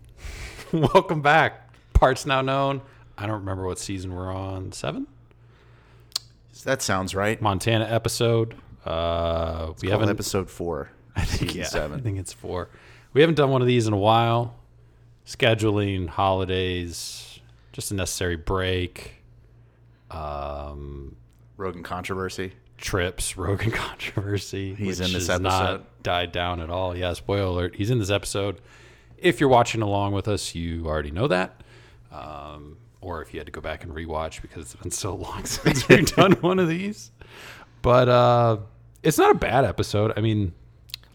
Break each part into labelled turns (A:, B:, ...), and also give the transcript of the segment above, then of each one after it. A: Welcome back. Parts now known. I don't remember what season we're on. Seven?
B: That sounds right.
A: Montana episode. Uh, we
B: Call
A: haven't.
B: episode four, season
A: yeah, I
B: seven.
A: think it's four. We haven't done one of these in a while. Scheduling, holidays, just a necessary break, Um,
B: Rogan controversy.
A: trips, Rogan controversy.
B: He's
A: which
B: in this
A: has
B: episode.
A: Not died down at all. Yeah, spoiler alert. He's in this episode. If you're watching along with us, you already know that. Um, or if you had to go back and rewatch because it's been so long since we've done one of these. But uh, it's not a bad episode. I mean,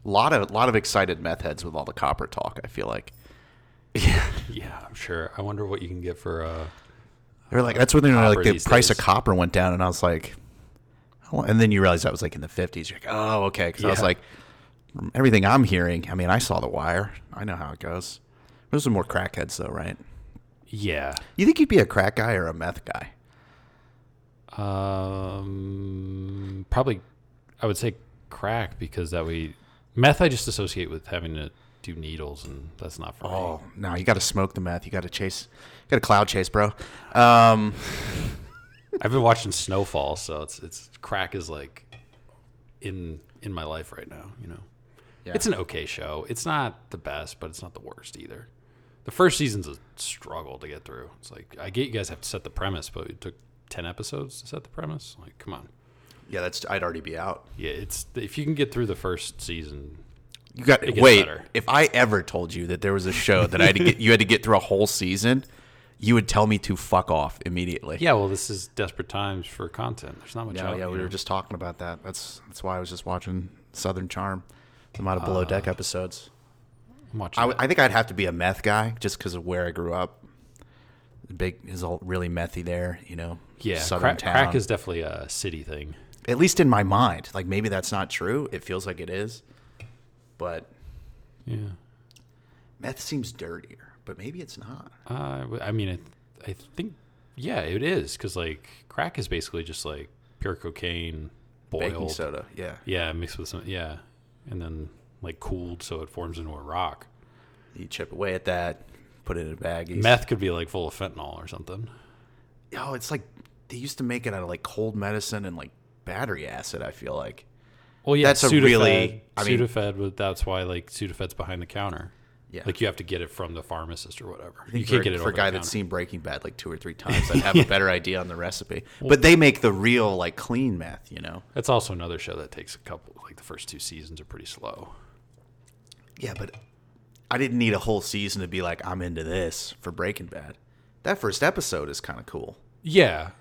B: lot of lot of excited meth heads with all the copper talk. I feel like
A: yeah, I'm sure. I wonder what you can get for. Uh,
B: they were like that's when they were like
A: Copper
B: the
A: these
B: price
A: days.
B: of copper went down, and I was like, oh, and then you realize that was like in the fifties. You're like, oh, okay, because I was
A: Yeah.
B: like, from everything I'm hearing. I mean, I saw The Wire. I know how it goes. Those are more crackheads, though, right?
A: yeah.
B: You think you'd be a crack guy or a meth guy?
A: Um, probably, I would say crack because that way, meth I just associate with having to do needles, and that's not for
B: Oh no, you got to smoke the meth. You got to chase. You got to cloud chase, bro. Um,
A: me. I've been watching Snowfall, so it's it's crack is like in in my life right now. You know,
B: Yeah.
A: it's an okay show. It's not the best, but it's not the worst either. The first season's a struggle to get through. It's like I get you guys have to set the premise, but it took ten episodes to set the premise. Like, come on,
B: yeah, that's. I'd already be out.
A: yeah. It's if you can get through the first season,
B: You got
A: gets
B: wait.
A: better.
B: If I ever told you that there was a show that I had to get, you had to get through a whole season, you would tell me to fuck off immediately.
A: Yeah, well, this is desperate times for content. There's not much.
B: yeah,
A: out,
B: yeah.
A: you
B: We were
A: know.
B: just talking about that. That's that's why I was just watching Southern Charm, the amount of below deck episodes.
A: I'm watching.
B: I,
A: I,
B: would- I think I'd have to be a meth guy just because of where I grew up. The Big is all really methy there, you know.
A: yeah,
B: Southern
A: crack,
B: town.
A: crack is definitely a city thing.
B: at least in my mind. Like maybe that's not true. It feels like it is, but
A: Yeah,
B: meth seems dirtier. But maybe it's not.
A: uh, I mean, I, I think yeah, it is because like crack is basically just like pure cocaine
B: Baking
A: boiled.
B: soda, yeah,
A: Yeah, mixed with some yeah, and then like cooled so it forms into a rock.
B: You chip away at that, put it in baggies.
A: Meth could be like full of fentanyl or something.
B: Oh, it's like they used to make it out of like cold medicine and like battery acid. I feel like.
A: Well, yeah,
B: That's a
A: Sudafed,
B: really- I mean-
A: Sudafed. would- that's why like Sudafed's behind the counter.
B: Yeah.
A: Like you have to get it from the pharmacist or whatever.
B: I
A: You
B: think
A: can't
B: for,
A: get it
B: for
A: over
B: a guy
A: the
B: that's
A: counter.
B: seen Breaking Bad like two or three times. I'd have a better idea on the recipe. but they make the real like clean meth, you know.
A: That's also another show that takes a couple. Like the first two seasons are pretty slow.
B: Yeah, but I didn't need a whole season to be like I'm into this for Breaking Bad. That first episode is kind of cool.
A: Yeah,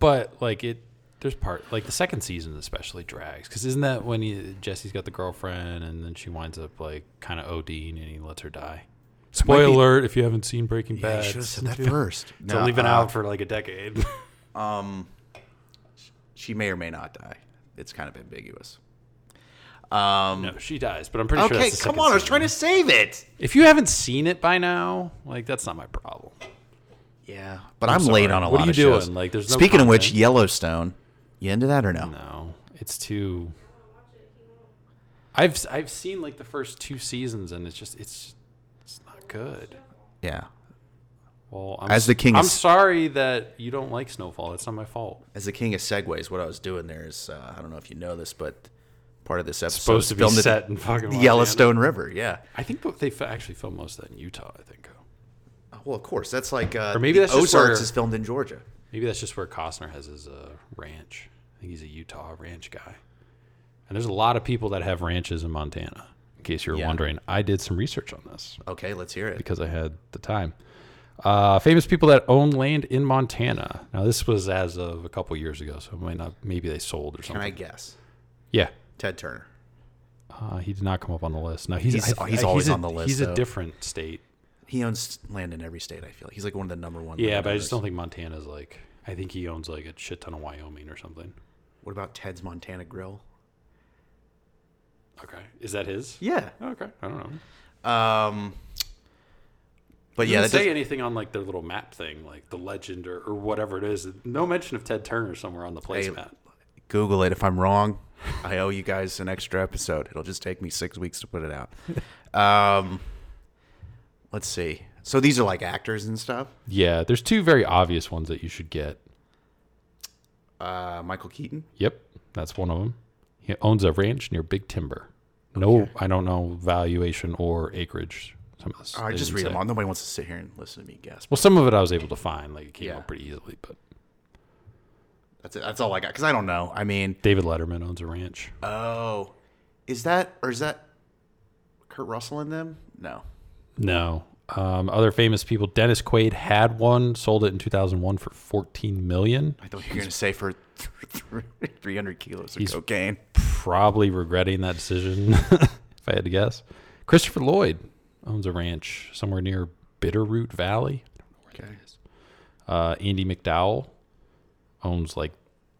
A: but like it, there's part like the second season especially drags because isn't that when he, Jesse's got the girlfriend and then she winds up like kind of ODing and he lets her die. Spoiler
B: be-
A: alert! If you haven't seen Breaking
B: Yeah,
A: Bad,
B: you should have said that first. uh,
A: it's only been out for like a decade.
B: She may or may not die. It's kind of ambiguous. Um,
A: no, she dies, but I'm pretty sure.
B: okay,
A: that's the
B: come
A: second
B: on. I was
A: season.
B: trying to save it.
A: If you haven't seen it by now, like that's not my problem.
B: Yeah, but
A: I'm
B: I'm, late
A: sorry.
B: on a
A: What
B: lot
A: are
B: of
A: you
B: shows.
A: doing? Like, there's no
B: Speaking of which,
A: content.
B: Yellowstone. You into that or no?
A: No, it's too. I've I've seen like the first two seasons, and it's just it's it's not good.
B: Yeah.
A: Well, I'm,
B: As the king
A: I'm
B: is-
A: sorry that you don't like Snowfall. It's not my fault.
B: As the king of segways, what I was doing there is uh, I don't know if you know this, but part of this episode
A: Supposed
B: is
A: to be
B: filmed at
A: set in fucking
B: the
A: Montana.
B: Yellowstone River. Yeah.
A: I think that they f- actually filmed most of that in Utah. I think.
B: Oh, Well, of course, that's like uh,
A: Or maybe
B: the
A: that's just
B: Ozarks
A: where-
B: is filmed in Georgia.
A: Maybe that's just where Costner has his uh, ranch. I think he's a Utah ranch guy. And there's a lot of people that have ranches in Montana. In case you were
B: Yeah.
A: wondering, I did some research on this.
B: Okay, let's hear it.
A: because I had the time. Uh, famous people that own land in Montana. Now this was as of a couple years ago, so it might not. Maybe they sold or
B: Can
A: something.
B: I guess?
A: yeah,
B: Ted Turner.
A: uh, he did not come up on the list. No, he's
B: He's-
A: I-
B: he's
A: I-
B: always
A: a-
B: on the list,
A: He's
B: though.
A: a different state.
B: He owns land in every state. I feel like he's like one of the number one.
A: Yeah, but I just
B: landowners.
A: don't think Montana's like. I think he owns like a shit ton of Wyoming or something.
B: What about Ted's Montana Grill?
A: Okay, is that his?
B: Yeah.
A: Okay, I don't know.
B: Um. But
A: It
B: yeah,
A: doesn't
B: that
A: say
B: does-
A: anything on like their little map thing, like the legend or, or whatever it is. No mention of Ted Turner somewhere on the placemat.
B: Google it. If I'm wrong, I owe you guys an extra episode. It'll just take me six weeks to put it out. Um. Let's see. So these are like actors and stuff.
A: Yeah, there's two very obvious ones that you should get.
B: Uh, Michael Keaton.
A: Yep, that's one of them. He owns a ranch near Big Timber. No, I don't know valuation or acreage. Some of this
B: Oh, I
A: they
B: just
A: didn't
B: read
A: say.
B: them all. Nobody wants to sit here and listen to me guess.
A: Well, some of it I was able to find. Like it came
B: Yeah.
A: up pretty easily. But
B: That's it. That's all I got because I don't know. I mean,
A: David Letterman owns a ranch.
B: oh, is that or is that Kurt Russell in them? No.
A: No. Um, other famous people. Dennis Quaid had one, sold it in 2001 for 14 million.
B: I thought you were gonna say for three hundred kilos of cocaine.
A: Probably regretting that decision, if I had to guess. Christopher Lloyd owns a ranch somewhere near Bitterroot Valley.
B: Okay.
A: Uh, Andy McDowell owns like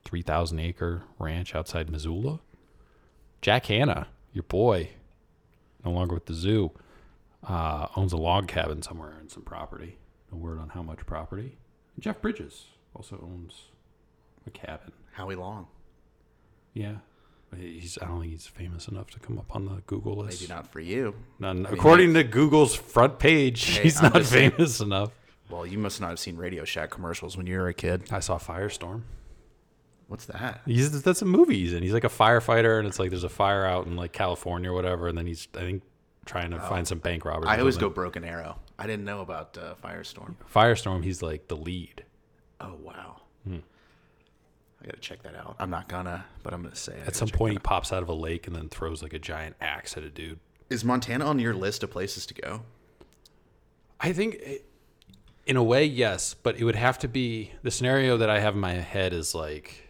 A: 3,000 acre ranch outside Missoula. Jack Hanna, your boy, no longer with the zoo, uh, owns a log cabin somewhere and some property. No word on how much property. Jeff Bridges also owns a cabin.
B: Howie Long.
A: Yeah. He's, I don't think he's famous enough to come up on the Google list.
B: Maybe not for you.
A: None- according to Google's front page, he's
B: I'm
A: not
B: just-
A: famous enough.
B: Well, you must not have seen Radio Shack commercials when you were a kid.
A: I saw Firestorm.
B: What's that?
A: He's that's a movie he's in. He's like a firefighter, and it's like there's a fire out in like California or whatever, and then he's I think trying to find some bank robbers.
B: I
A: or
B: always go
A: something.
B: Broken Arrow. I didn't know about uh, Firestorm.
A: Firestorm. He's like the lead.
B: Oh wow.
A: Hmm.
B: I gotta check that out. I'm not gonna, but I'm gonna say it.
A: At some point, he pops out of a lake and then throws like a giant axe at a dude.
B: Is Montana on your list of places to go?
A: I think, it, in a way, yes, but it would have to be the scenario that I have in my head is like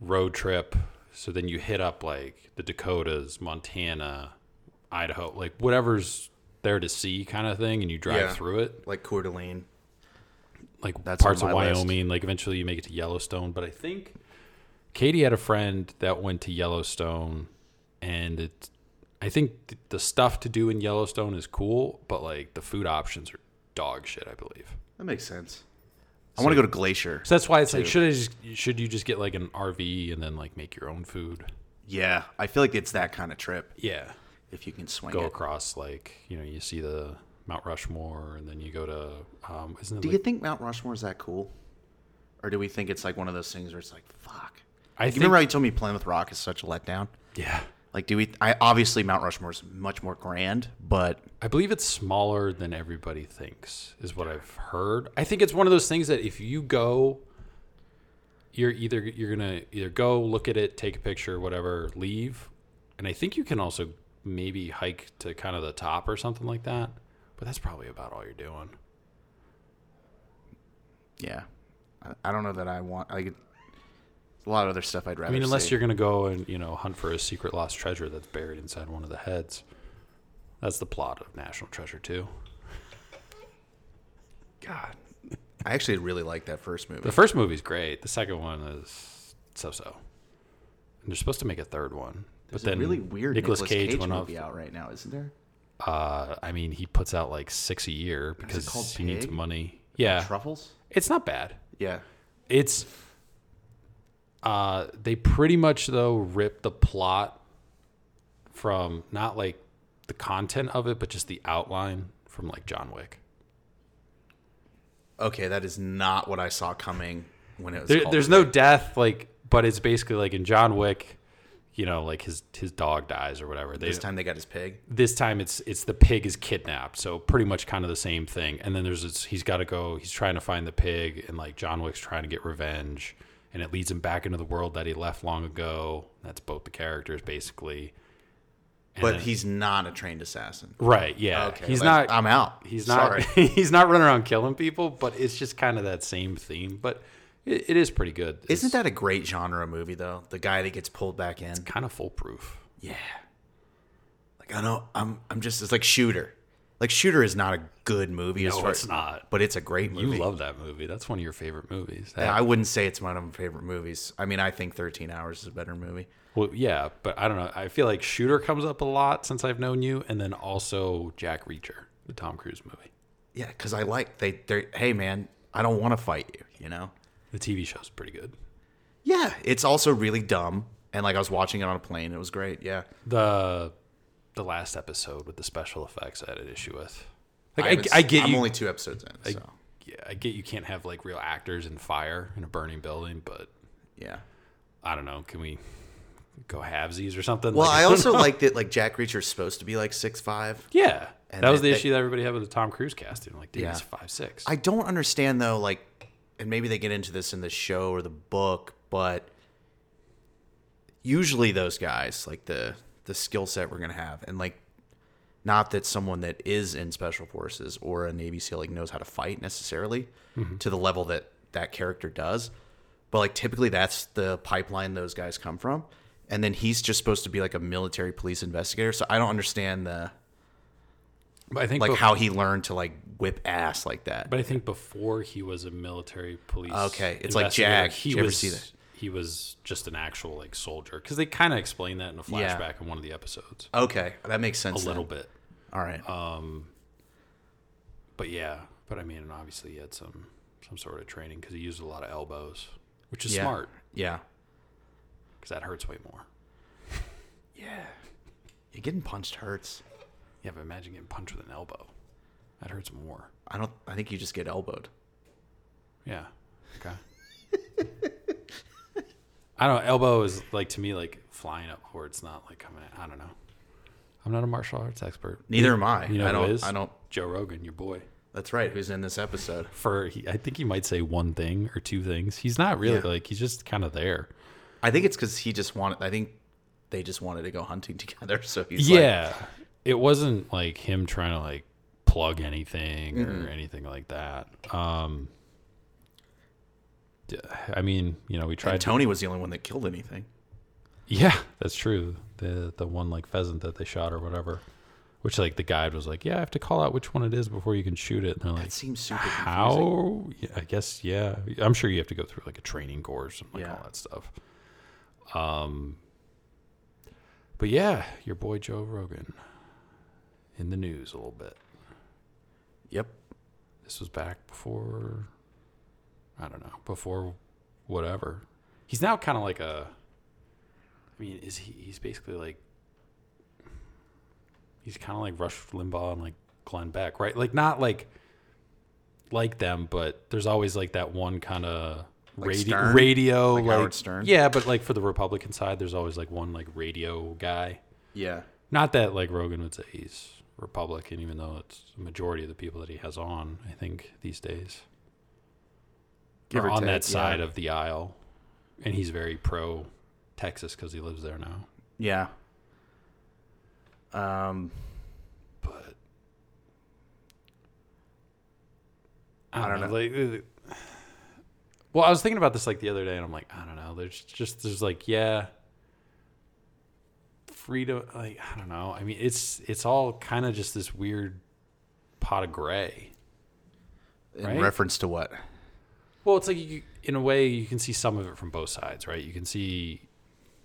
A: road trip. So then you hit up like the Dakotas, Montana, Idaho, like whatever's there to see kind of thing, and you drive
B: Yeah.
A: through it.
B: Like Coeur d'Alene.
A: like
B: That's
A: parts
B: on
A: of
B: my
A: Wyoming.
B: list.
A: Like eventually you make it to Yellowstone. But I think Katie had a friend that went to Yellowstone, and it. I think th- the stuff to do in Yellowstone is cool, but like the food options are dog shit. I believe.
B: That makes sense. I want to go to Glacier.
A: So that's why it's like should I just should you just get like an RV and then like make your own food?
B: Yeah, I feel like it's that kind of trip
A: Yeah.
B: if you can swing
A: Go
B: it.
A: across like you know you see the Mount Rushmore and then you go to um isn't it
B: Do
A: like-
B: you think Mount Rushmore is that cool? Or do we think it's like one of those things where it's like, fuck.
A: I
B: You
A: think
B: remember how you told me Plymouth Rock is such a letdown?
A: yeah
B: Like, do we? I obviously Mount Rushmore is much more grand, but
A: I believe it's smaller than everybody thinks, is what I've heard. I think it's one of those things that if you go, you're either you're gonna either go look at it, take a picture, whatever, leave, and I think you can also maybe hike to kind of the top or something like that. But that's probably about all you're doing.
B: yeah, I, I don't know that I want. Like, a lot of other stuff I'd rather.
A: I mean, unless
B: see.
A: you're gonna go and you know hunt for a secret lost treasure that's buried inside one of the heads. That's the plot of National Treasure too.
B: God, I actually really like that first movie.
A: The first movie's great. The second one is so-so. And they're supposed to make a third one,
B: There's
A: but then
B: a really weird
A: Nicolas
B: Nicolas
A: Cage, went off.
B: movie out right now, isn't there?
A: Uh, I mean, he puts out like six a year because
B: called
A: he needs
B: Pig?
A: money. Yeah,
B: Truffles.
A: it's not bad.
B: Yeah.
A: It's uh, they pretty much though rip the plot from not like the content of it, but just the outline from like John Wick.
B: Okay, that is not what I saw coming when it was.
A: There,
B: called
A: there's no death, like, but it's basically like in John Wick, you know, like his his dog dies or whatever. They,
B: This time they got his pig.
A: this time it's it's the pig is kidnapped so pretty much kind of the same thing and then there's this he's got to go he's trying to find the pig and like john wick's trying to get revenge and it leads him back into the world that he left long ago that's both the characters basically And
B: But
A: then-
B: he's not a trained assassin.
A: right yeah
B: Okay,
A: he's
B: like,
A: not
B: I'm out.
A: he's not
B: Sorry.
A: he's not running around killing people but it's just kind of that same theme but it, it is pretty good it's
B: Isn't that a great genre movie though? The guy that gets pulled back in.
A: kind of foolproof
B: Yeah. Like I know I'm I'm just it's like Shooter. Like Shooter is not a good movie. as
A: No,
B: far
A: it's
B: as-
A: not.
B: But it's a great movie.
A: you love that movie that's one of your favorite movies That-
B: I wouldn't say it's one of my favorite movies. I mean, I think 13 Hours is a better movie.
A: Well, yeah, but I don't know. I feel like Shooter comes up a lot since I've known you, and then also Jack Reacher, the Tom Cruise movie.
B: Yeah, because I like they. They hey man, I don't want to fight you. You know.
A: The TV show's pretty good.
B: Yeah, it's also really dumb. And like I was watching it on a plane, it was great. Yeah,
A: The the last episode with the special effects I had an issue with. Like, I-
B: haven't
A: I
B: s-
A: get
B: I'm
A: you-
B: only two episodes in, so
A: Yeah, I get you can't have like real actors and fire in a burning building, but
B: yeah.
A: I don't know. Can we go halvesies or something?
B: Well,
A: Like,
B: I
A: don't
B: also
A: know.
B: like that like Jack Reacher's supposed to be like six five.
A: yeah.
B: and
A: That was
B: they-
A: the
B: they-
A: issue that everybody had with the Tom Cruise casting. Like, dude,
B: Yeah.
A: he's five six.
B: I don't understand though, like, and maybe they get into this in the show or the book, but usually those guys, like the the skill set we're gonna have, and like, not that someone that is in special forces or a Navy SEAL like knows how to fight necessarily to the level that that character does, but like typically that's the pipeline those guys come from, and then he's just supposed to be like a military police investigator. So I don't understand the
A: but I think
B: like
A: bef-
B: how he learned to like whip ass like that.
A: But I think before he was a military police.
B: Okay, it's like
A: investigator,
B: Jag.
A: He
B: Did you ever
A: was
B: see that?
A: he was just an actual like soldier because they kind of explain that in a
B: Yeah.
A: flashback in one of the episodes
B: Okay, that makes
A: a
B: sense. then.
A: little bit. Uh, Um,
B: All right.
A: But yeah, but I mean, obviously he had some some sort of training because he used a lot of elbows, which is
B: yeah.
A: smart
B: Yeah.
A: because that hurts way more.
B: Yeah. Yeah, getting punched hurts.
A: Yeah, but imagine getting punched with an elbow. That hurts more.
B: I don't. I think you just get elbowed.
A: Yeah. Okay. I don't know. Elbow is like to me like flying up or it's not like coming at, I don't know. I'm not a martial arts expert.
B: Neither am I.
A: You know
B: I
A: who
B: don't.
A: is?
B: I don't.
A: Joe Rogan, your boy.
B: That's right. Who's in this episode?
A: For he, I think he might say one thing or two things. He's not really
B: Yeah.
A: like he's just kind of there.
B: I think it's because he just wanted. I think they just wanted to go hunting together. So he's like,
A: yeah, it wasn't like him trying to like plug anything or anything like that. Um, d- I mean, you know, we
B: and
A: tried. to-
B: Tony was the only one that killed anything.
A: yeah, that's true. The the one like pheasant that they shot or whatever, which like the guide was like, yeah, I have to call out which one it is before you can shoot it. And they're like,
B: That seems super. confusing.
A: How? Yeah, I guess yeah. I'm sure you have to go through like a training course and like
B: Yeah.
A: all that stuff. Um. But yeah, your boy Joe Rogan in the news a little bit.
B: Yep.
A: This was back before I don't know, before whatever. He's now kind of like a I mean, is he he's basically like he's kind of like Rush Limbaugh and like Glenn Beck, right? Like not like like them, but there's always like that one kind of
B: Like
A: radio,
B: Stern?
A: radio,
B: Like
A: like
B: Howard Stern?
A: Yeah, but like for the Republican side, there's always like one like radio guy.
B: Yeah.
A: Not that like Rogan would say he's Republican, even though it's the majority of the people that he has on, I think, these days.
B: Give
A: are
B: or
A: on
B: take,
A: that
B: yeah.
A: side of the aisle. And he's very pro Texas because he lives there now.
B: Yeah. Um.
A: But
B: I don't
A: Like, uh, well, I was thinking about this like the other day, and I'm like, I don't know. There's just there's like yeah, freedom. Like I don't know. I mean, it's it's all kind of just this weird pot of gray.
B: In
A: Right?
B: reference to what?
A: Well, it's like you, in a way you can see some of it from both sides, right? You can see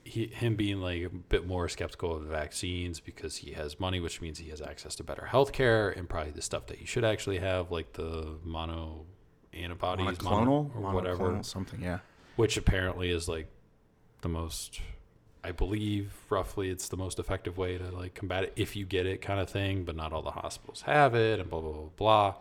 A: he, him being like a bit more skeptical of the vaccines because he has money, which means he has access to better health care and probably the stuff that he should actually have, like the mono antibodies, mono-
B: Monoclonal
A: or whatever,
B: Monoclonal something. Yeah.
A: which apparently is like the most. I believe roughly it's the most effective way to like combat it if you get it kind of thing, but not all the hospitals have it and blah blah blah blah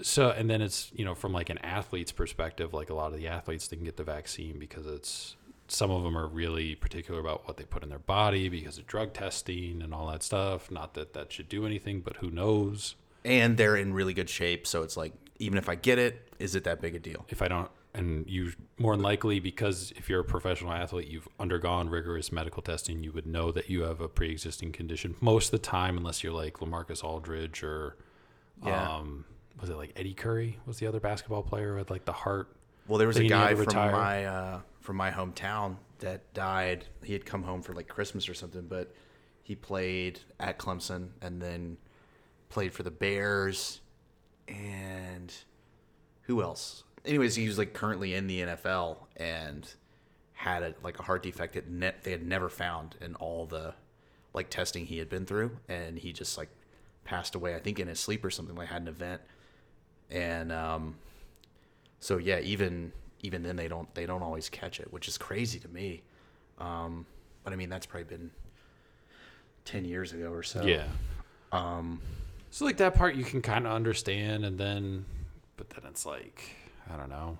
A: so and then it's you know from like an athlete's perspective like a lot of the athletes didn't get the vaccine because it's some of them are really particular about what they put in their body because of drug testing and all that stuff not that that should do anything but who knows
B: and they're in really good shape. So it's like, even if I get it, is it that big a deal?
A: if i don't and you more than likely because if you're a professional athlete you've undergone rigorous medical testing you would know that you have a pre-existing condition most of the time unless you're like lamarcus aldridge or
B: Yeah.
A: um was it like eddie curry was the other basketball player with like the heart
B: well, there was
A: then
B: a
A: you need
B: guy
A: to
B: from
A: retire.
B: my uh, from my hometown that died. He had come home for like Christmas or something, but he played at Clemson and then played for the Bears and who else? Anyways, he was like currently in the NFL and had a, like a heart defect that ne- they had never found in all the like testing he had been through, and he just like passed away. I think in his sleep or something. Like had an event, and um, so yeah, even even then they don't they don't always catch it, which is crazy to me. Um, but I mean that's probably been ten years ago or so.
A: yeah
B: Um,
A: So like that part you can kind of understand, and then, but then it's like I don't know.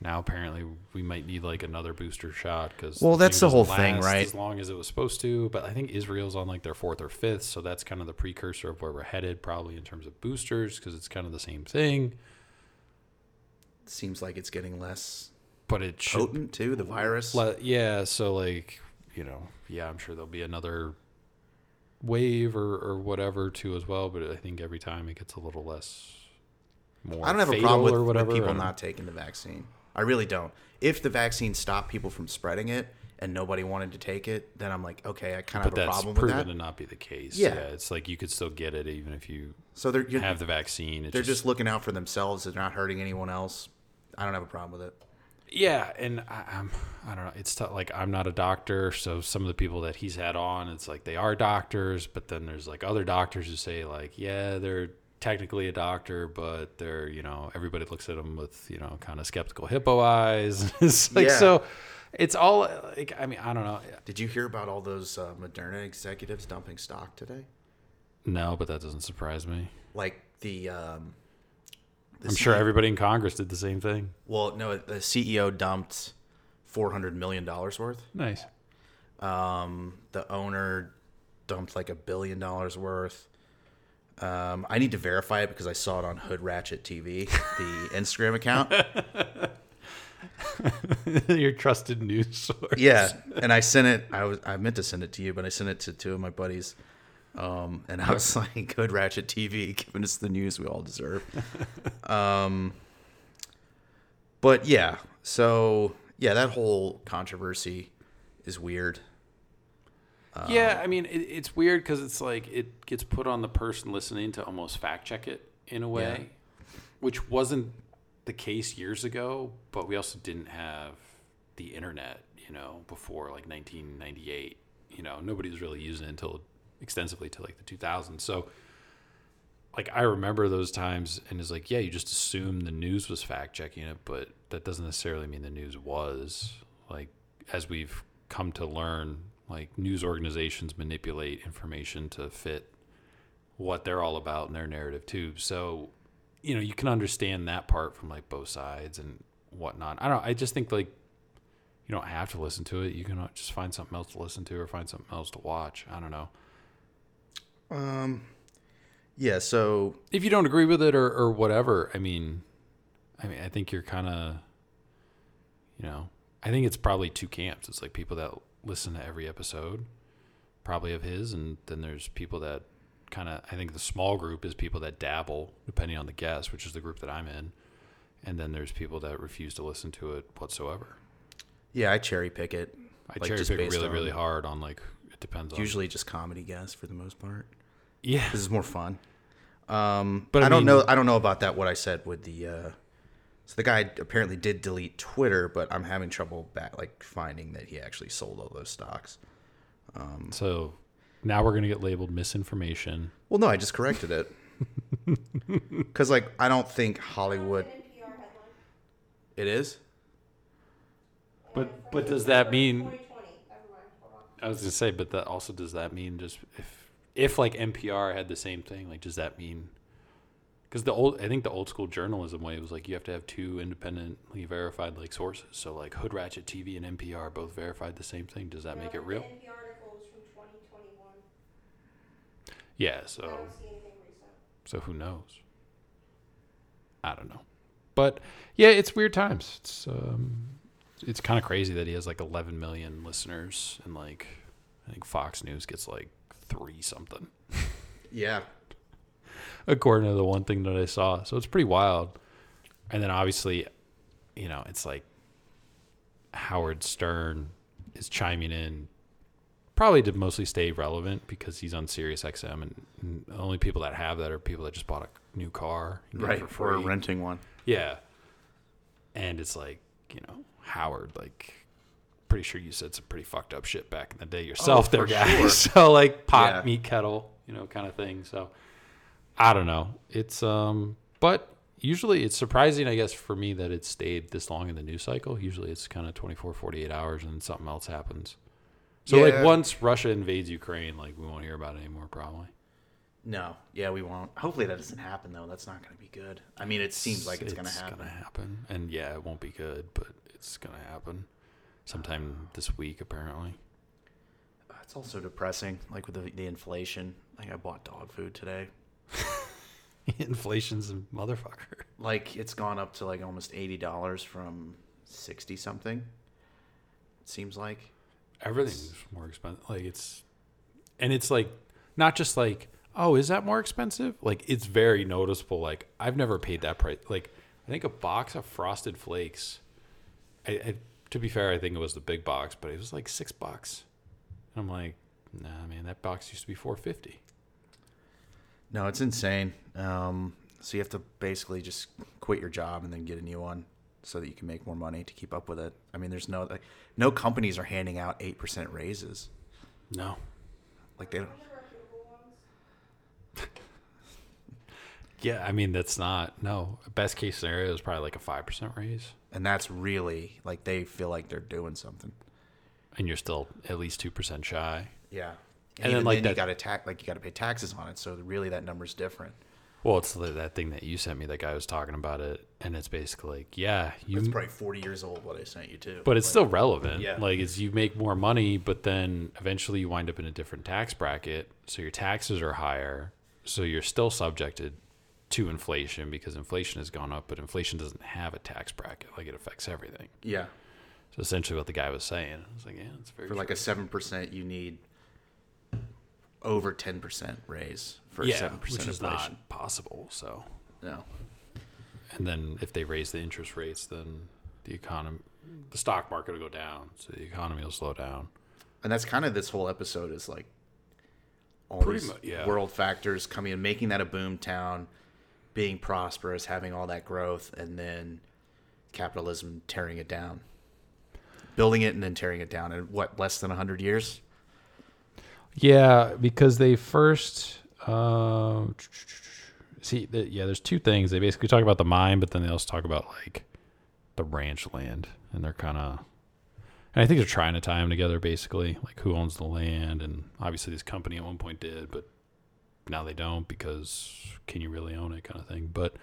A: Now apparently we might need like another booster shot because
B: Well, that's the whole thing, right?
A: As long as it was supposed to, but I think Israel's on like their fourth or fifth, so that's kind of the precursor of where we're headed probably in terms of boosters because it's kind of the same thing,
B: Seems like it's getting less
A: but it should
B: potent too. The virus.
A: Le- yeah, so like, you know, yeah, I'm sure there'll be another wave or, or whatever too as well, but I think every time it gets a little less more
B: I don't have a
A: fatal
B: problem with,
A: or
B: with
A: whatever. I
B: people
A: don't-
B: not taking the vaccine. I really don't. If the vaccine stopped people from spreading it and nobody wanted to take it, then I'm like, okay, I kind of
A: but
B: have a
A: that's
B: problem with
A: proven
B: that.
A: to not be the case.
B: Yeah.
A: Yeah. it's like you could still get it even if you
B: So they're you're,
A: have the vaccine. It's
B: they're just looking out for themselves. They're not hurting anyone else. I don't have a problem with it.
A: yeah, and I, I'm I don't know. It's tough. like I'm not a doctor, so some of the people that he's had on, it's like they are doctors, but then there's like other doctors who say like, yeah, they're technically a doctor, but they're you know everybody looks at them with you know kind of skeptical hippo eyes. it's like
B: Yeah.
A: so, it's all like I mean I don't know.
B: Did you hear about all those uh, Moderna executives dumping stock today?
A: No, but that doesn't surprise me.
B: Like the, um, the
A: I'm sure
B: CEO
A: everybody in Congress did the same thing.
B: well, no, the CEO dumped four hundred million dollars worth.
A: Nice.
B: Um, the owner dumped like a billion dollars worth. Um, I need to verify it because I saw it on Hood Ratchet TV, the Instagram account.
A: Your trusted news source.
B: Yeah, and I sent it. I was I meant to send it to you, but I sent it to two of my buddies. Um, and I was like, "Good Ratchet TV, giving us the news we all deserve." um, but yeah, so yeah, that whole controversy is weird.
A: Yeah, I mean, it, it's weird because it's like it gets put on the person listening to almost fact check it in a way, which wasn't the case years ago. But we also didn't have the internet, you know, before like 1998. You know, nobody was really using it until extensively to like the 2000s. So, like, I remember those times, and it's like, yeah, you just assume the news was fact checking it, but that doesn't necessarily mean the news was like as we've come to learn, like news organizations manipulate information to fit what they're all about in their narrative too. So, you know, you can understand that part from like both sides and whatnot. I don't. I just think like you don't have to listen to it. You can uh, just find something else to listen to or find something else to watch. I don't know.
B: Yeah, so
A: if you don't agree with it or, or whatever, I mean, I mean, I think you're kind of, you know, I think it's probably two camps. It's like people that listen to every episode, probably of his, and then there's people that kind of. I think the small group is people that dabble, depending on the guest, which is the group that I'm in, and then there's people that refuse to listen to it whatsoever.
B: yeah, I cherry pick it.
A: I
B: like,
A: cherry
B: just
A: pick
B: based
A: really,
B: on-
A: really hard on like it depends on
B: Usually, just comedy guests for the most part.
A: yeah.
B: This is more fun. Um, but
A: But
B: I,
A: I
B: don't
A: mean-
B: know. I don't know about that. What I said with the uh, so the guy apparently did delete Twitter, but I'm having trouble back like finding that he actually sold all those stocks.
A: So now we're gonna get labeled misinformation.
B: Well, no, I just corrected it because like I don't think Hollywood. It is.
A: But but does that mean
C: 2020. Never mind. Hold on.
A: I was gonna say, but that also does that mean just if if like NPR had the same thing, like does that mean? Because the old, I think the old school journalism way was like you have to have two independently verified like sources. So like Hood Ratchet TV and NPR both verified the same thing. Does that make it real?
C: The NPR article was from 2021.
A: Yeah.
C: I
A: So
C: don't see anything recent.
A: so who knows? I don't know, but yeah, it's weird times. It's um, it's kind of crazy that he has like 11 million listeners and like I think Fox News gets like three something.
B: Yeah.
A: according to the one thing that I saw. So it's pretty wild. And then obviously, you know, it's like Howard Stern is chiming in probably to mostly stay relevant because he's on Sirius XM and, and the only people that have that are people that just bought a new car and got it
B: Right.
A: for
B: Or
A: free.
B: renting one.
A: Yeah. And it's like, you know, Howard, like, pretty sure you said some pretty fucked up shit back in the day yourself
B: Oh, for
A: there, guys.
B: sure.
A: so, like, pot,
B: Yeah.
A: meat, kettle, you know, kind of thing. So, I don't know. It's, um, but usually it's surprising, I guess, for me that it stayed this long in the news cycle. Usually it's kind of 24, 48 hours and something else happens. So,
B: Yeah.
A: like, once Russia invades Ukraine, like, we won't hear about it anymore, probably.
B: No, yeah, we won't. Hopefully that doesn't happen though. That's not going to be good. I mean, it seems like it's, going to happen.
A: gonna happen. And yeah, it won't be good, but it's gonna happen sometime this week apparently.
B: It's also depressing, like with the, the inflation. Like I bought dog food today.
A: Inflation's a motherfucker.
B: Like it's gone up to like almost eighty dollars from sixty something. It seems like.
A: Everything's more expensive. Like it's and it's like not just like, oh, is that more expensive? Like it's very noticeable. Like I've never paid that price. Like I think a box of frosted flakes I, I to be fair, I think it was the big box, but it was like six bucks. And I'm like, nah man, that box used to be four fifty.
B: No, it's insane. Um, so you have to basically just quit your job and then get a new one so that you can make more money to keep up with it. I mean, there's no like, no companies are handing out eight percent raises.
A: No.
B: Like they don't.
C: Those are reputable ones.
A: Yeah, I mean that's not no. Best case scenario is probably like a five percent raise,
B: and that's really like they feel like they're doing something.
A: and you're still at least two percent shy.
B: Yeah,
A: And then, like,
B: you
A: that-
B: got to tax like you got to pay taxes on it. So really, that number's different.
A: Well, it's li- that thing that you sent me. That guy was talking about it, and it's basically like, yeah, you.
B: It's probably forty years old what I sent you too.
A: but it's still relevant.
B: Yeah.
A: Like, it's you make more money, but then eventually you wind up in a different tax bracket, so your taxes are higher, so you're still subjected to inflation because inflation has gone up, but inflation doesn't have a tax bracket. Like, it affects everything.
B: yeah,
A: So essentially, what the guy was saying, I was like, yeah, it's very
B: for like a seven percent, you need over ten percent raise for
A: yeah,
B: seven percent
A: which is
B: inflation.
A: not possible. So
B: No,
A: and then if they raise the interest rates, then the economy, the stock market will go down, so the economy will slow down.
B: and that's kind of this whole episode is like all
A: Pretty
B: these
A: mu- yeah.
B: world factors coming in, making that a boom town, being prosperous, having all that growth, and then capitalism tearing it down, building it and then tearing it down in what less than hundred years.
A: Yeah, because they first um, see that. Yeah, there's two things. They basically talk about the mine, but then they also talk about like the ranch land, and they're kind of. And I think they're trying to tie them together, basically, like who owns the land, and obviously this company at one point did, but now they don't because can you really own it, kind of thing. But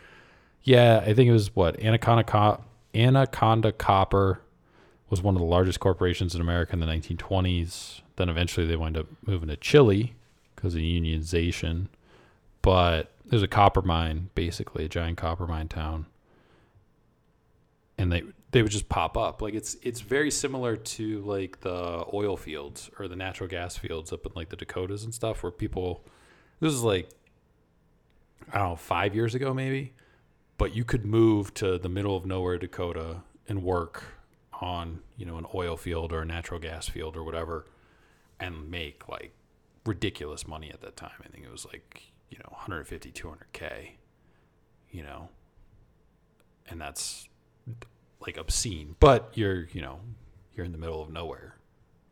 A: yeah, I think it was what Anaconda Co- Anaconda Copper was one of the largest corporations in America in the 1920s. Then eventually they wind up moving to Chile because of unionization. But there's a copper mine, basically a giant copper mine town, and they they would just pop up. Like it's it's very similar to like the oil fields or the natural gas fields up in like the Dakotas and stuff, where people. This is like I don't know five years ago maybe but you could move to the middle of nowhere Dakota and work on, you know, an oil field or a natural gas field or whatever and make like ridiculous money at that time. I think it was like, you know, 150 200k, you know. And that's like obscene, but you're, you know, you're in the middle of nowhere.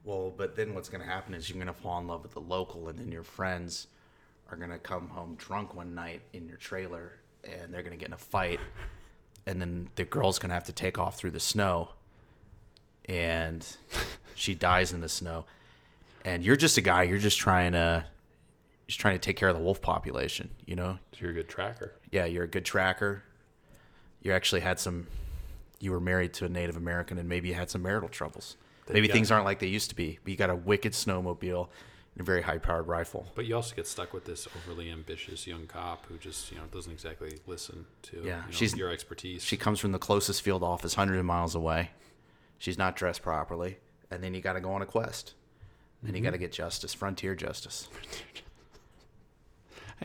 B: Well, but then what's going to happen is you're going to fall in love with the local, and then your friends are going to come home drunk one night in your trailer, and they're going to get in a fight, and then the girl's going to have to take off through the snow, and she dies in the snow, and you're just a guy. You're just trying to, just trying to take care of the wolf population. You know,
A: So you're a good tracker.
B: yeah, you're a good tracker. You actually had some. You were married to a Native American, and maybe you had some marital troubles. Maybe
A: Yeah.
B: things aren't like they used to be. But you got a wicked snowmobile and a very high-powered rifle.
A: But you also get stuck with this overly ambitious young cop who just, you know, doesn't exactly listen to
B: Yeah,
A: you know,
B: she's-
A: your expertise.
B: She comes from the closest field office, hundreds of miles away. She's not dressed properly, and then you got to go on a quest. And you got to get justice, frontier justice.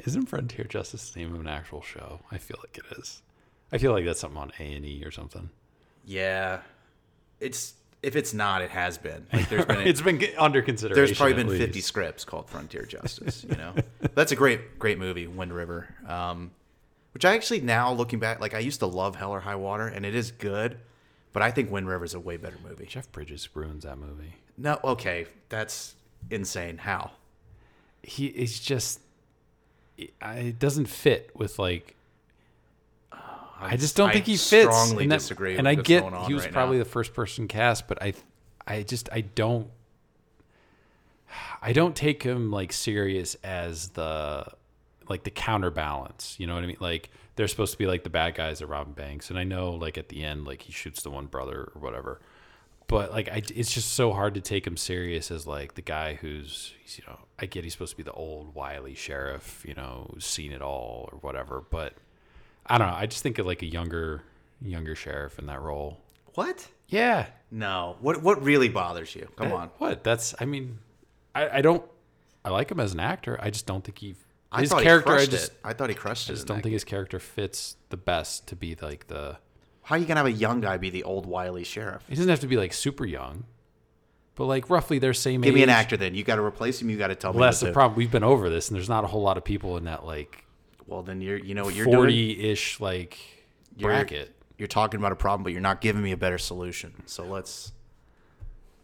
A: Isn't Frontier Justice the name of an actual show? I feel like it is. I feel like that's something on A and E or something.
B: Yeah, it's if it's not, it has been. Like there's been a-
A: it's been g- under consideration.
B: There's probably
A: at
B: been 50
A: least.
B: scripts called Frontier Justice. You know, that's a great, great movie, Wind River. Um, which I actually now looking back, like I used to love Hell or High Water, and it is good, but I think Wind River is a way better movie.
A: Jeff Bridges ruins that movie.
B: No, okay, that's insane. How?
A: He is just. It, I- it doesn't fit with like. I just don't
B: I
A: think he fits.
B: strongly
A: and that-
B: disagree
A: And
B: with
A: I
B: what's
A: get
B: going on
A: he was
B: right
A: probably
B: now.
A: the first person cast, but I, I just I don't. I don't take him like serious as the like the counterbalance. You know what I mean? Like they're supposed to be like the bad guys at Robin Banks, and I know like at the end, like he shoots the one brother or whatever. But like, I, it's just so hard to take him serious as like the guy who's he's, you know I get he's supposed to be the old wily sheriff, you know, who's seen it all or whatever. But I don't know. I just think of like a younger younger sheriff in that role.
B: What?
A: Yeah,
B: No. What what really bothers you?
A: Uh,
B: Come on.
A: What? That's. I mean, I, I don't. I like him as an actor. I just don't think he.
B: I
A: his
B: thought
A: character.
B: he
A: I
B: crushed
A: just.
B: it. I thought he crushed
A: I
B: it.
A: just
B: in
A: don't
B: that.
A: think his character fits the best to be like the.
B: How are you gonna have a young guy be the old wily sheriff?
A: He doesn't have to be like super young, but like roughly their same age.
B: Give me an actor then. You got to replace him. You got to tell me.
A: Well, that's
B: what
A: the
B: to-
A: problem. We've been over this, and there's not a whole lot of people in that like
B: Well, then you're you know what you're doing.
A: forty-ish like
B: You're-
A: bracket.
B: You're talking about a problem, but you're not giving me a better solution. So let's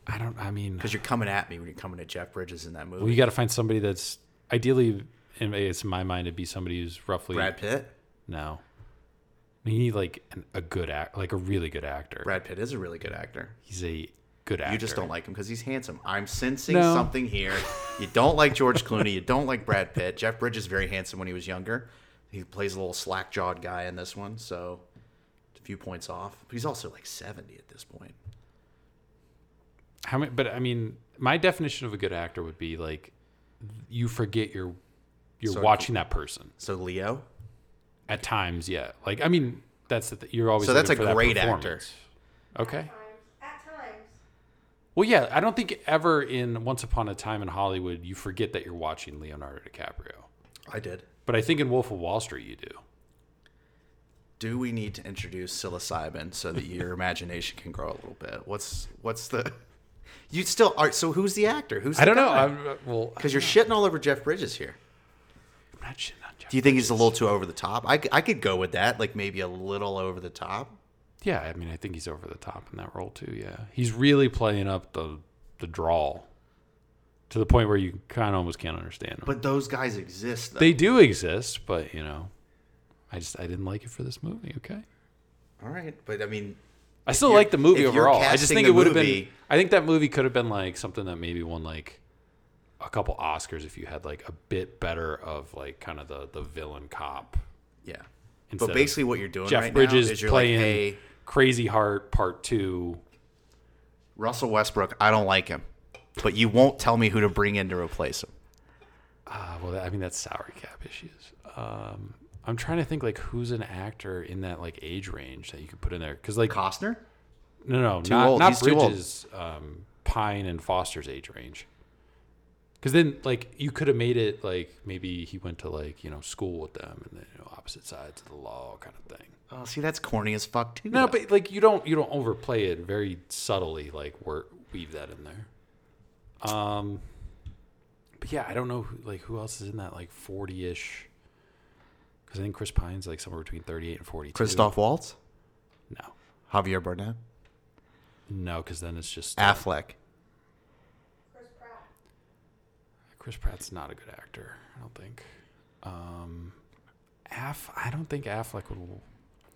A: I don't. I mean,
B: because you're coming at me when you're coming at Jeff Bridges in that movie.
A: well, you got to find somebody that's ideally. In, it's in my mind, it'd be somebody who's roughly
B: Brad Pitt.
A: No. You need like an, a good act, like a really good actor.
B: Brad Pitt is a really good actor.
A: He's a good actor.
B: You just don't like him because he's handsome. I'm sensing
A: No.
B: something here. You don't like George Clooney. You don't like Brad Pitt. Jeff Bridges is very handsome when he was younger. He plays a little slack jawed guy in this one, so it's a few points off. But he's also like 70 at this point.
A: How many? But I mean, my definition of a good actor would be like you forget you're you're
B: Sort of-
A: watching that person
B: So Leo,
A: at times. Yeah, like I mean, that's the th- you're always
B: So that's
A: looking
B: a
A: for that
B: great actor.
A: performance. Okay.
C: times, at times,
A: Well, yeah, I don't think ever in Once Upon a Time in Hollywood you forget that you're watching Leonardo DiCaprio.
B: I did.
A: But I think in Wolf of Wall Street you do.
B: Do we need to introduce psilocybin so that your imagination can grow a little bit? What's what's the? You still are. So who's the actor? Who's the
A: I don't know. I'm, uh, well,
B: Because you're shitting all over Jeff Bridges here.
A: I'm not shitting on Jeff.
B: Do you think he's a little too over the top? I, c- I could go with that, like maybe a little over the top.
A: Yeah, I mean, I think he's over the top in that role too. Yeah, he's really playing up the the drawl to the point where you kind of almost can't understand him.
B: But those guys exist. Though.
A: they do exist, but you know, I just I didn't like it for this movie. Okay,
B: all right, but I mean,
A: I still
B: you're-
A: like the movie
B: if you're
A: overall. I just
B: casting
A: think
B: a
A: it would have been.
B: movie-
A: I think that movie could have been like something that maybe won like a couple Oscars if you had like a bit better of like kind of the the villain cop.
B: yeah.
A: Instead
B: but
A: of
B: basically, what you're doing
A: Jeff
B: right
A: Bridges
B: now is you're
A: playing
B: like, hey,
A: Crazy Heart Part Two.
B: Russell Westbrook, I don't like him, but you won't tell me who to bring in to replace him.
A: Ah, well, I mean that's salary cap issues. Um, I'm trying to think like who's an actor in that like age range that you could put in there because like
B: Costner?
A: no no not
B: old.
A: not
B: He's too old.
A: Bridges, um, Pine and Foster's age range. Because then like you could have made it like maybe he went to like you know school with them and then you know opposite sides of the law kind of thing.
B: Oh, see, that's corny as fuck too.
A: No,
B: though.
A: but like you don't you don't overplay it very subtly like wor- weave that in there. Um but yeah, I don't know who, like who else is in that like 40ish cuz I think Chris Pine's like somewhere between 38 and 42.
B: Christoph Waltz,
A: No.
B: Javier Bardem,
A: No, cuz then it's just
B: Affleck.
C: Chris Pratt.
A: Chris Pratt's not a good actor, I don't think. Um Aff I don't think Affleck would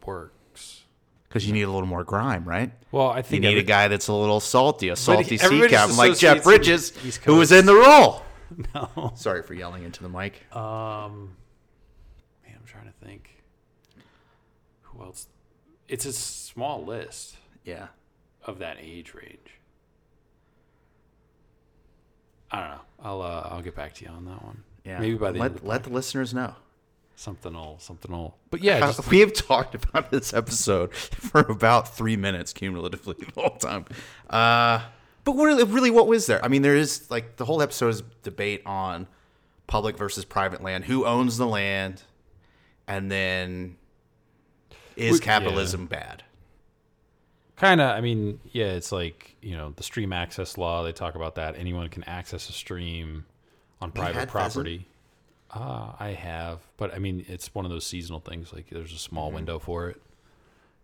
A: works.
B: Because you need a little more grime, right?
A: Well, I
B: You
A: think
B: need a
A: every-
B: guy that's a little salty, a salty sea
A: everybody just
B: captain like
A: associates
B: Jeff Bridges,
A: him with East
B: who was
A: Coast.
B: in the role.
A: No.
B: Sorry for yelling into the mic.
A: Um, man, I'm trying to think. Who else? It's a small list
B: Yeah.
A: of that age range. I don't know. I'll uh, I'll get back to you on that one.
B: Yeah.
A: Maybe by the
B: let,
A: end of the,
B: let the listeners know.
A: something will something will. But yeah, just,
B: we have Uh, talked about this episode for about three minutes cumulatively the whole time. Uh, but what, really, what was there? I mean, there is like the whole episode is debate on public versus private land, who owns the land, and then is
A: We-
B: capitalism bad?
A: kind of i mean yeah it's like you know the stream access law they talk about that anyone can access a stream on private
B: had
A: property uh, i have but i mean it's one of those seasonal things like there's a small window for it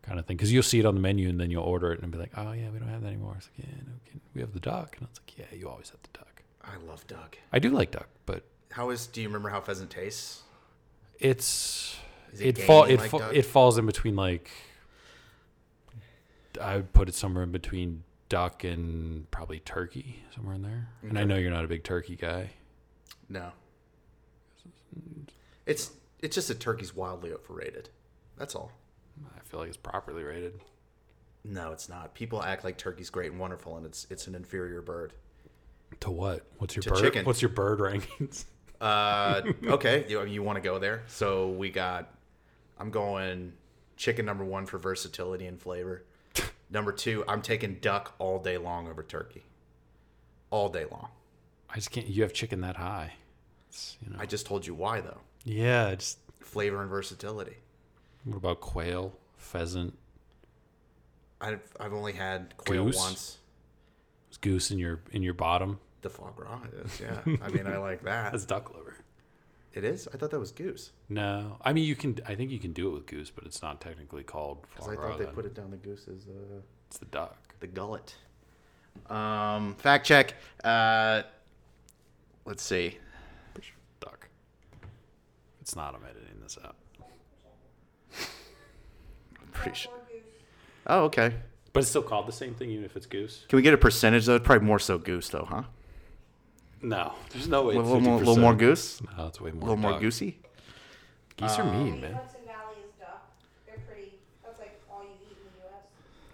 A: kind of thing because you'll see it on the menu and then you'll order it and be like oh yeah we don't have that anymore it's like yeah no kidding. we have the duck and it's like yeah you always have the duck
B: I love duck.
A: i do like duck but
B: How is? Do you remember how pheasant tastes?
A: it's
B: Is
A: it,
B: it
A: fall
B: gamey
A: it,
B: like
A: fa-
B: duck?
A: it falls in between like I would put it somewhere in between duck and probably turkey somewhere in there. And I know you're not a big turkey guy.
B: No. It's it's just that turkey's wildly overrated. That's all.
A: I feel like it's properly rated.
B: No, it's not. People act like turkey's great and wonderful, and it's it's an inferior bird.
A: To what? What's your
B: To
A: bird?
B: chicken.
A: What's your bird rankings?
B: Uh, okay, you, you want to go there? So we got. I'm going chicken number one for versatility and flavor. Number two, I'm taking duck all day long over turkey. All day long.
A: I just can't. You have chicken that high. It's, you know.
B: I just told you why though.
A: yeah. Just
B: Flavor and versatility.
A: what about quail, pheasant,
B: I've I've only had quail
A: Goose?
B: once.
A: Is goose in your in your bottom?
B: The foie gras is, yeah. I mean, I like that.
A: That's duck liver.
B: It is. I thought that was goose.
A: No, I mean you can. I think you can do it with goose, but it's not technically called
B: Because
A: foie
B: I
A: gras.
B: thought they
A: then.
B: put it down the goose's uh,
A: It's the duck.
B: the gullet. Um, fact check. Uh, let's see.
A: Pretty sure it's duck. If It's not. I'm editing this out.
B: I'm pretty sure.
C: Or goose.
B: Oh, okay.
A: But it's still called the same thing, even if it's goose.
B: Can we get a percentage though? Probably more so goose though, huh?
A: No, there's no way.
B: A
A: it's
B: little, more, little more
A: 50%.
B: goose,
A: No, it's way more.
B: a little more
A: duck.
B: goosey.
A: Geese are
C: I
A: mean,
C: mean,
A: man.
C: Hudson Valley is duck. They're pretty. That's like all you eat in the U.S.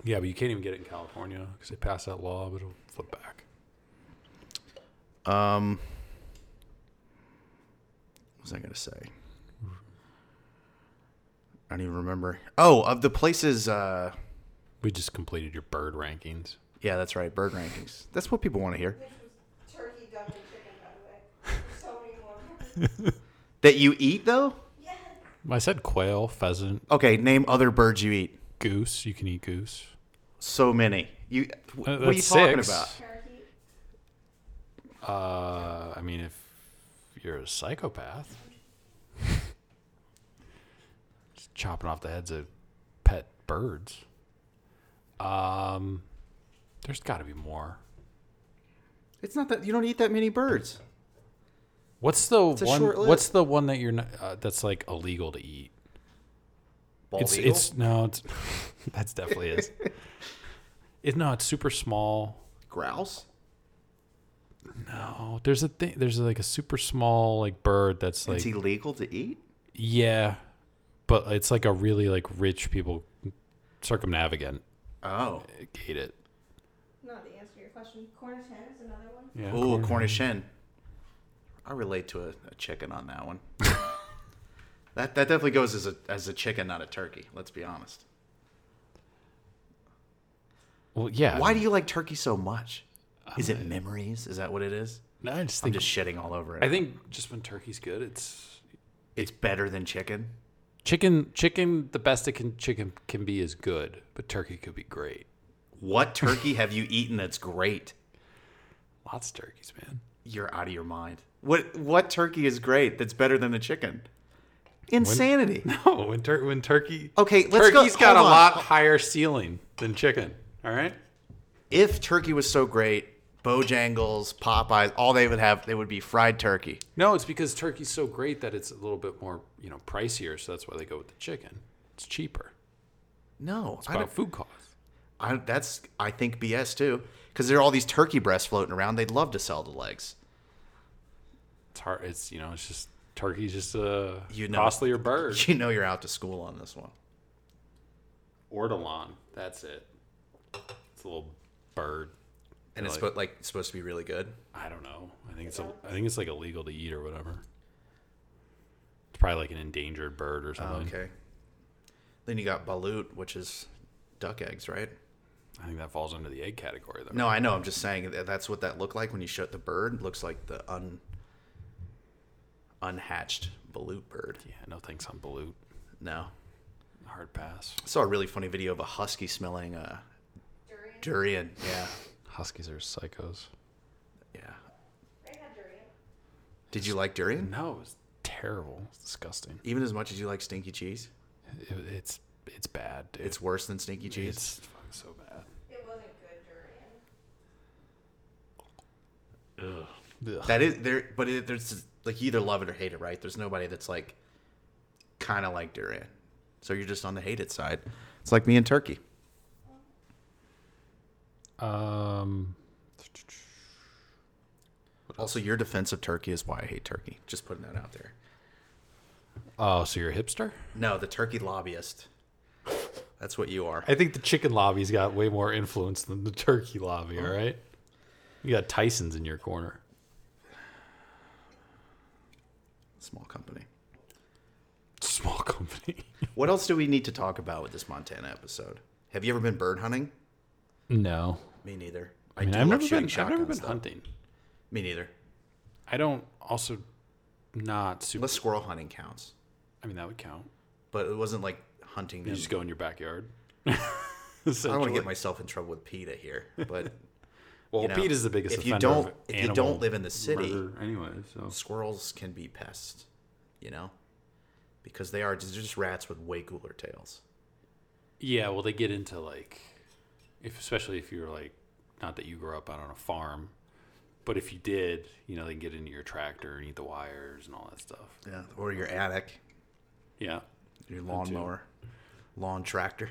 A: Yeah, but you can't even get it in California because they passed that law, but it'll flip back.
B: Um, what was I gonna say? I don't even remember. Oh, of the places. Uh,
A: We just completed your bird rankings.
B: yeah, that's right. Bird rankings. That's what people want to hear.
C: Which was turkey, duck, and chicken, by the way. There's so many more.
B: That you eat though.
C: yeah.
A: I said quail, pheasant,
B: Okay, name other birds you eat.
A: goose. You can eat goose.
B: So many. You. wh-
A: Uh,
B: what are you
A: that's
B: talking
A: six.
B: about?
C: Turkey.
A: Uh, I mean, if you're a psychopath, just chopping off the heads of pet birds. Um, there's got to be more.
B: It's not that you don't eat that many birds.
A: What's the
B: a
A: one?
B: short
A: What's the one that you're not, uh, that's like illegal to eat?
B: Bald
A: it's
B: eagle?
A: it's no, it's that's definitely is. It, no, it's super small.
B: grouse.
A: No, Oh, there's a thing. There's like a super small like bird that's like
B: it's illegal to eat.
A: yeah, but it's like a really like rich people circumnavigant
B: Oh,
A: ate it.
C: Not the answer to your question. Cornish hen is another one.
A: Yeah.
B: ooh, a Cornish hen. I relate to a, a chicken on that one. that that definitely goes as a as a chicken, not a turkey. Let's be honest.
A: Well, yeah.
B: Why do you like turkey so much? Is it memories? Is that what it is?
A: No, I just
B: I'm
A: think.
B: just shitting all over it.
A: I think just when turkey's good, it's
B: it's better than chicken.
A: chicken. Chicken, the best it can chicken can be is good, but turkey could be great.
B: What turkey have you eaten that's great?
A: Lots of turkeys, man.
B: You're out of your mind. What what turkey is great that's better than the chicken? Insanity.
A: No, when tur- when turkey.
B: Okay, Oh, let's
A: turkey's
B: go-
A: got a
B: hold on.
A: lot higher ceiling than chicken. All right.
B: If turkey was so great, Bojangles, Popeyes, all they would have they would be fried turkey.
A: No, it's because turkey's so great that it's a little bit more, you know, pricier. So that's why they go with the chicken. It's cheaper.
B: No,
A: It's
B: I don't,
A: about food costs.
B: I, that's I think BS too, because there are all these turkey breasts floating around. They'd love to sell the legs.
A: It's hard. It's you know, it's just turkey's just a
B: You know.
A: costlier bird.
B: You know you're out to school on this one.
A: Ortolan. That's it. It's a little bird.
B: And it's
A: Really?
B: spo- like it's supposed to be really good.
A: I don't know. I think it's a, I think it's like illegal to eat or whatever. It's probably like an endangered bird or something.
B: Oh, okay. Then you got balut, which is duck eggs, right?
A: I think that falls under the egg category though.
B: No, I know. I'm just saying that that's what that looked like when you shot the bird. It looks like the un unhatched balut bird.
A: Yeah, no thanks on balut.
B: No,
A: Hard pass.
B: I saw a really funny video of a husky smelling uh,
C: Durian.
B: durian. Yeah,
A: Huskies are psychos.
B: yeah.
C: I had durian.
B: Did you like durian?
A: No, it's terrible. It's disgusting.
B: Even as much as you like stinky cheese,
A: It, it's it's bad. Dude.
B: it's worse than stinky cheese.
A: it's fucking so bad.
C: It wasn't good durian.
B: That is there, but it, there's like you either love it or hate it, right? There's nobody that's like kind of like durian, so you're just on the hated side. It's like me and turkey.
A: Um,
B: Also, your defense of turkey is why I hate turkey. Just putting that out there.
A: Oh, so you're a hipster?
B: No, the turkey lobbyist. That's what you are.
A: I think the chicken lobby's got way more influence than the turkey lobby, all right? You got Tyson's in your corner.
B: Small company.
A: Small company.
B: What else do we need to talk about with this Montana episode? Have you ever been bird hunting?
A: No.
B: Me neither.
A: I mean,
B: do
A: I've
B: love
A: never
B: shooting
A: been, I've never
B: shotguns,
A: been
B: though.
A: hunting.
B: Me neither.
A: I don't also not super.
B: Unless squirrel hunting counts,
A: I mean, that would count.
B: but it wasn't like hunting.
A: You
B: Them.
A: just go in your backyard.
B: I don't want to get myself in trouble with PETA here, but
A: well,
B: you know,
A: Pete is the biggest.
B: if you
A: offender of
B: don't- if you
A: animal
B: don't live in the city-
A: murder anyway, so
B: squirrels can be pests, you know, because they are just, just rats with way cooler tails.
A: yeah. Well, they get into like, if especially if you're like, not that you grew up out on a farm, but if you did, you know, they can get into your tractor and eat the wires and all that stuff.
B: Yeah, or your attic,
A: Yeah.
B: your lawnmower, lawn tractor.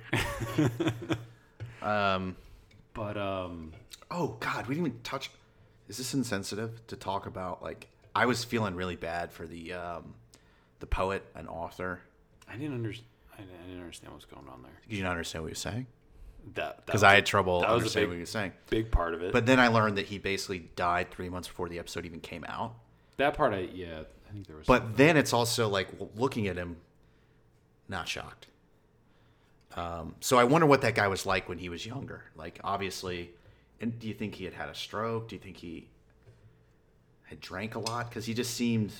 B: um.
A: But um,
B: Oh God, we didn't even touch. Is this insensitive to talk about? Like, I was feeling really bad for the um, the poet and author.
A: I didn't understand. I didn't I didn't understand what's going on there.
B: Did you not understand what he was saying?
A: That
B: Because I had trouble
A: that was a
B: understanding
A: big-
B: what he was saying.
A: big part of it.
B: But then I learned that he basically died three months before the episode even came out.
A: that part, I yeah, I think there was.
B: But then it's also like well, looking at him, not shocked. Um, so I wonder what that guy was like when he was younger. Like obviously, and do you think he had had a stroke? Do you think he had drank a lot? Because he just seemed.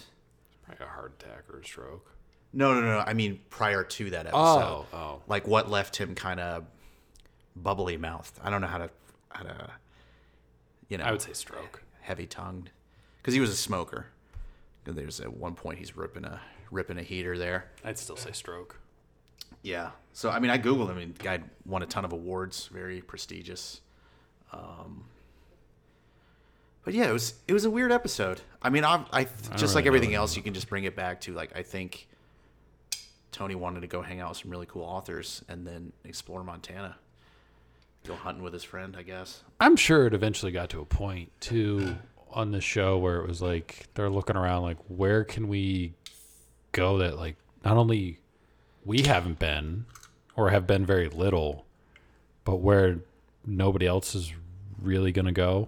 A: probably a heart attack or a stroke.
B: No, no, no. no. I mean, prior to that episode,
A: Oh, oh.
B: like what left him kind of bubbly mouthed. I don't know how to, how to, you know,
A: I would say stroke.
B: heavy tongued, because he was a smoker. 'Cause There's at one point he's ripping a ripping a heater there.
A: I'd still say stroke.
B: Yeah. So I mean, I googled him, and the guy won a ton of awards, very prestigious. Um, but yeah, it was it was a weird episode. I mean, I, I just
A: really
B: like
A: know
B: everything
A: what
B: else, you can just bring it back to like I think Tony wanted to go hang out with some really cool authors and then explore Montana, go hunting with his friend, I guess.
A: I'm sure it eventually got to a point too on the show where it was like they're looking around like where can we go that like not only we haven't been or have been very little, but where nobody else is really gonna go.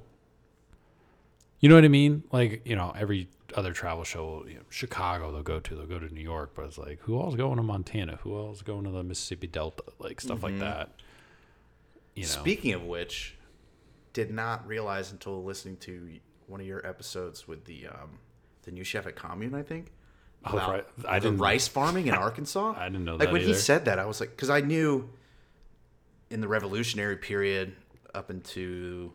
A: You know what I mean? Like you know every other travel show, you know, Chicago they'll go to, they'll go to New York, but it's like who all's going to Montana? Who all's going to the Mississippi Delta? Like stuff like that. You know.
B: Speaking of which, did not realize until listening to one of your episodes with the um, the new chef at Commune, I think.
A: Oh, right. I
B: the
A: didn't-
B: rice farming in Arkansas.
A: I didn't know
B: Like
A: that
B: when he
A: either.
B: said that, I was like, because I knew in the Revolutionary period up into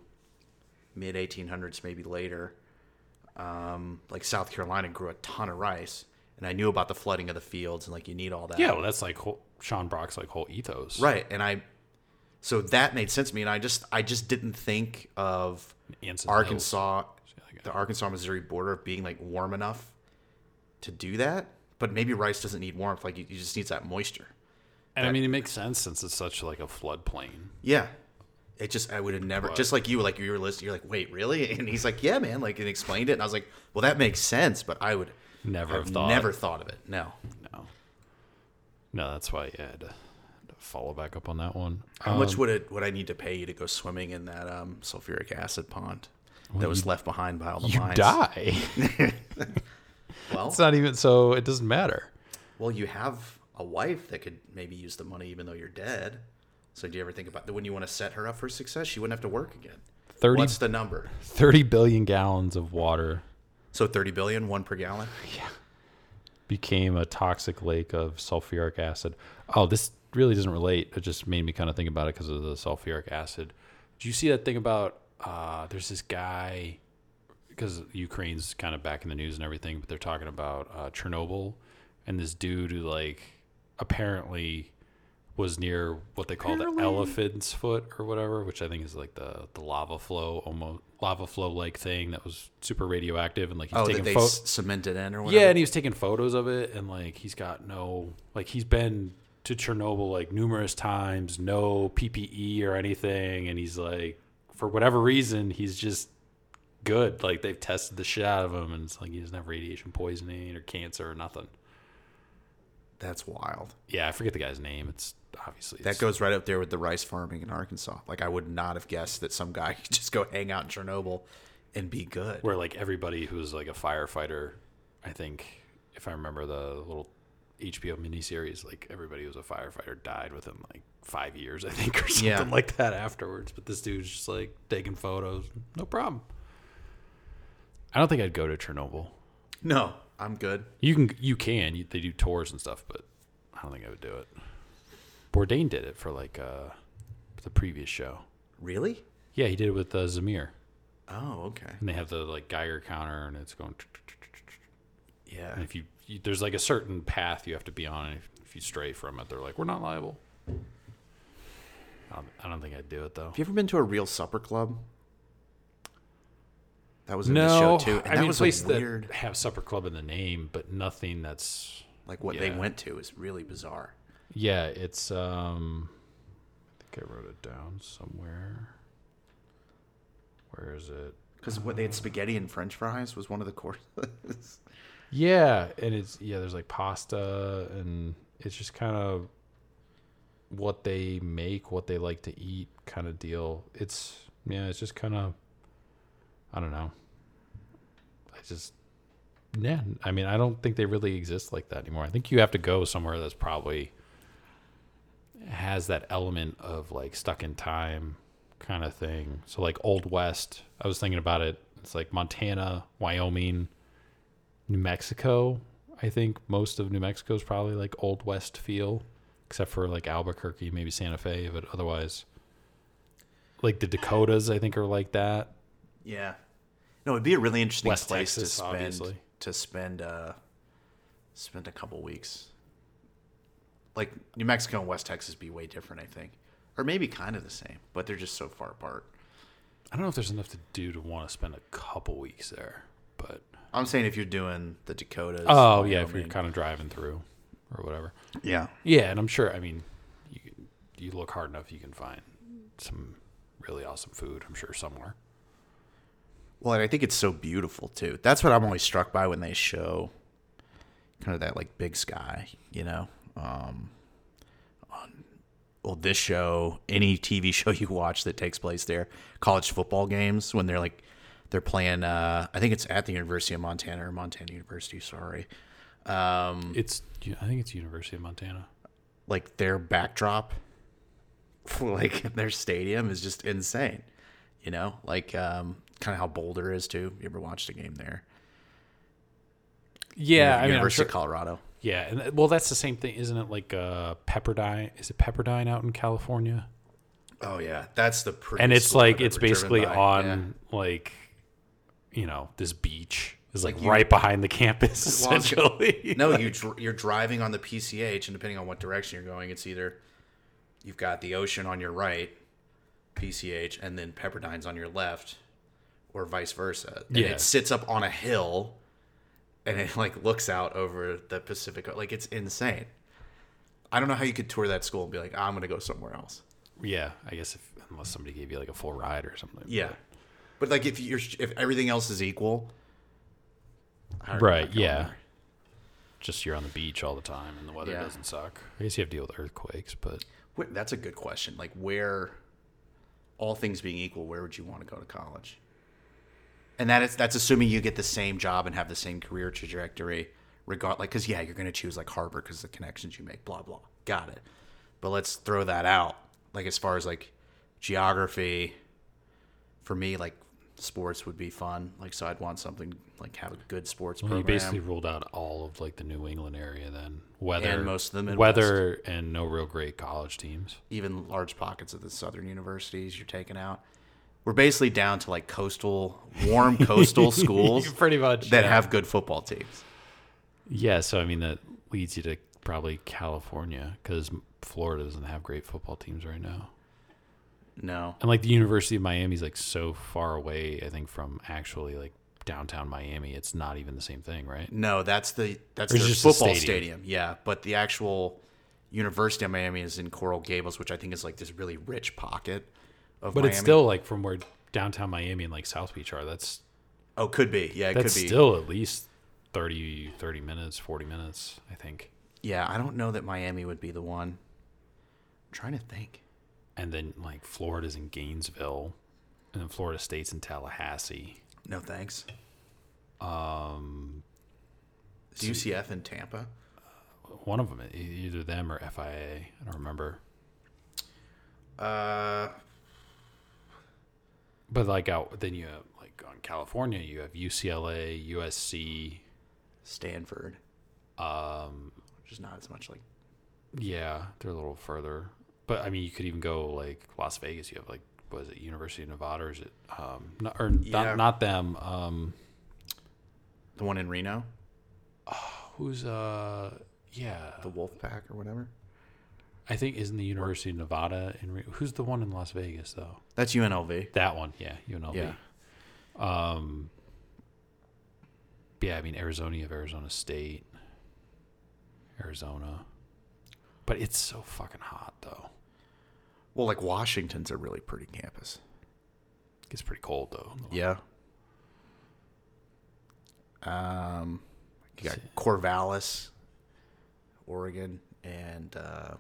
B: mid 1800s, maybe later, um, like South Carolina grew a ton of rice, and I knew about the flooding of the fields and like you need all that.
A: Yeah, well, that's like whole, Sean Brock's like whole ethos,
B: Right. And I, so that made sense to me. And I just, I just didn't think of
A: Ants and
B: Arkansas,
A: like-
B: the Arkansas Missouri border being like warm enough to do that. But maybe rice doesn't need warmth. Like you, you just needs that moisture.
A: and I mean it makes sense since it's such like a floodplain.
B: Yeah. It just, I would have never, just like you, like you were listening, you're like, wait, really? And he's like, yeah, man. Like, and explained it. And I was like, well, that makes sense. But I would
A: Never
B: have
A: have thought.
B: never thought of it. No.
A: No, no, that's why yeah, I had to, had to follow back up on that one. Um,
B: How much would it, would I need to pay you to go swimming in that um, sulfuric acid pond that was left behind by all the
A: you
B: mines?
A: die?
B: Well,
A: it's not even so. It doesn't matter.
B: Well, you have a wife that could maybe use the money even though you're dead. So do you ever think about when you want to set her up for success, she wouldn't have to work again?
A: 30,
B: What's the number?
A: 30 billion gallons of water
B: So 30 billion, one per gallon.
A: became a toxic lake of sulfuric acid. Oh, this really doesn't relate. It just made me kind of think about it because of the sulfuric acid. Do you see that thing about uh, there's this guy because Ukraine's kind of back in the news and everything, but they're talking about uh, Chernobyl and this dude who like apparently was near what they call the elephant's foot or whatever, which I think is like the, the lava flow almost lava flow like thing that was super radioactive and like he's
B: Oh,
A: taking
B: that they
A: pho-
B: s- cemented in or whatever.
A: yeah, and he was taking photos of it, and like he's got no, like he's been to Chernobyl like numerous times, no PPE or anything, and he's like, for whatever reason, he's just good. Like they've tested the shit out of him, and it's like he doesn't have radiation poisoning or cancer or nothing.
B: That's wild.
A: Yeah, I forget the guy's name. It's obviously
B: That
A: it's-
B: goes right up there with the rice farming in Arkansas. Like I would not have guessed that some guy could just go hang out in Chernobyl and be good.
A: where like everybody who's like a firefighter, I think if I remember the little HBO miniseries, like everybody who was a firefighter died within like five years, I think, or something
B: Yeah.
A: like that afterwards. But this dude's just like taking photos, no problem. I don't think I'd go to Chernobyl.
B: No, I'm good.
A: You can, you can. You, they do tours and stuff, but I don't think I would do it. Bourdain did it for like uh, the previous show.
B: Really?
A: Yeah, he did it with uh, Zamir,
B: Oh, okay.
A: and they have the like Geiger counter, and it's going.
B: Yeah.
A: And if you, you there's like a certain path you have to be on. And if, if you stray from it, they're like, we're not liable. I don't, I don't think I'd do it though.
B: Have you ever been to a real supper club? That was in the
A: No,
B: show too. And
A: I
B: that
A: mean
B: was
A: places
B: like weird.
A: that have supper club in the name, but nothing that's
B: like what they
A: yeah.
B: went to is really bizarre.
A: yeah. It's um, I think I wrote it down somewhere. Where is it?
B: Because what they had spaghetti and French fries was one of the courses.
A: Yeah, and it's yeah, there's like pasta and it's just kind of what they make, what they like to eat kind of deal. It's yeah, it's just kind of I don't know. I just yeah, I mean, I don't think they really exist like that anymore. I think you have to go somewhere that's probably has that element of like stuck in time kind of thing. So like old west, I was thinking about it. It's like Montana, Wyoming, New Mexico. I think most of New Mexico is probably like old west feel, except for like Albuquerque, maybe Santa Fe, but otherwise, like the Dakotas, I think are like that.
B: yeah. No, it'd be a really interesting
A: West
B: place
A: Texas,
B: to spend
A: obviously.
B: to spend uh spend a couple weeks. Like New Mexico and West Texas be way different, I think. Or maybe kind of the same, but they're just so far apart.
A: I don't know if there's enough to do to want to spend a couple weeks there, but
B: I'm saying if you're doing the Dakotas.
A: oh yeah, if you're
B: Wyoming-
A: kind of driving through or whatever.
B: yeah.
A: Yeah, and I'm sure. I mean, you you look hard enough, you can find some really awesome food. I'm sure somewhere.
B: Well, and I think it's so beautiful too. That's what I'm always struck by when they show kind of that like big sky, you know. Um, on well, this show, any TV show you watch that takes place there, college football games when they're like they're playing. Uh, I think it's at the University of Montana or Montana University. Sorry, um,
A: It's I think it's University of Montana.
B: like their backdrop for, like their stadium is just insane you know like um kind of how boulder is too you ever watched a game there
A: Yeah, I mean, I'm
B: university
A: sure,
B: of colorado
A: yeah, and th- well, that's the same thing, isn't it? Like uh, Pepperdine, is it Pepperdine out in California?
B: oh yeah that's the prettiest
A: And it's
B: school
A: like
B: I've
A: it's
B: ever driven
A: basically
B: by.
A: on like you know this beach is like,
B: Like you-
A: right behind the campus
B: Long-
A: essentially.
B: Yeah. no you dr- you're driving on the pch and depending on what direction you're going it's either you've got the ocean on your right pch and then pepperdine's on your left or vice versa and
A: Yeah.
B: it sits up on a hill and it like looks out over the pacific like it's insane i don't know how you could tour that school and be like i'm gonna go somewhere else
A: yeah, I guess if unless somebody gave you like a full ride or something.
B: yeah but like if you're if everything else is equal I don't know, I'm
A: Right,
B: not going
A: yeah.
B: there.
A: Just you're on the beach all the time and the weather
B: Yeah.
A: doesn't suck. I guess you have to deal with earthquakes, but
B: Wh- that's a good question like where all things being equal where would you want to go to college and that is that's assuming you get the same job and have the same career trajectory regard like because yeah you're going to choose like harvard because the connections you make blah blah got it but let's throw that out like as far as like geography for me like sports would be fun like so i'd want something like have a good sports
A: Well, you
B: program
A: basically ruled out all of like the New England area then. Weather
B: And most of the Midwest.
A: weather and no real great college teams.
B: even large pockets of the southern universities you're taking out. We're basically down to like coastal, warm coastal schools
A: Pretty much
B: that
A: yeah.
B: have good football teams.
A: Yeah, so I mean that leads you to probably California because Florida doesn't have great football teams right now,
B: No.
A: and like the University of Miami's like so far away. I think from actually like downtown Miami, it's not even the same thing, right?
B: No, that's the that's
A: Or
B: their
A: it's just a
B: football stadium.
A: stadium.
B: Yeah, but the actual University of Miami is in Coral Gables, which I think is like this really rich pocket of
A: But
B: Miami.
A: it's still like from where downtown Miami and like South Beach are. That's
B: oh, could be yeah, it
A: that's
B: could be
A: still at least 30, 30 minutes, forty minutes, I think.
B: yeah, I don't know that Miami would be the one. I'm trying to think.
A: and then like Florida's in Gainesville, and then Florida State's in Tallahassee.
B: No thanks. Um, UCF in Tampa.
A: One of them, either them or FIA. I don't remember.
B: Uh,
A: But like out then you have like on California, you have UCLA, USC.
B: Stanford. Um, which is not as much like
A: Yeah, they're a little further. But I mean, you could even go like Las Vegas. You have like was it University of Nevada or is it um not, or
B: Yeah.
A: not, not them um
B: the one in Reno,
A: who's uh yeah
B: the Wolf Pack or whatever.
A: I think isn't the University of Nevada in Re- who's the one in Las Vegas though
B: That's UNLV.
A: that one yeah UNLV
B: Yeah.
A: Um, yeah, I mean Arizona, you have Arizona State, Arizona, but it's so fucking hot though.
B: Well, like Washington's a really pretty campus.
A: It gets pretty cold though.
B: Yeah. Um, you got Corvallis, Oregon, and uh,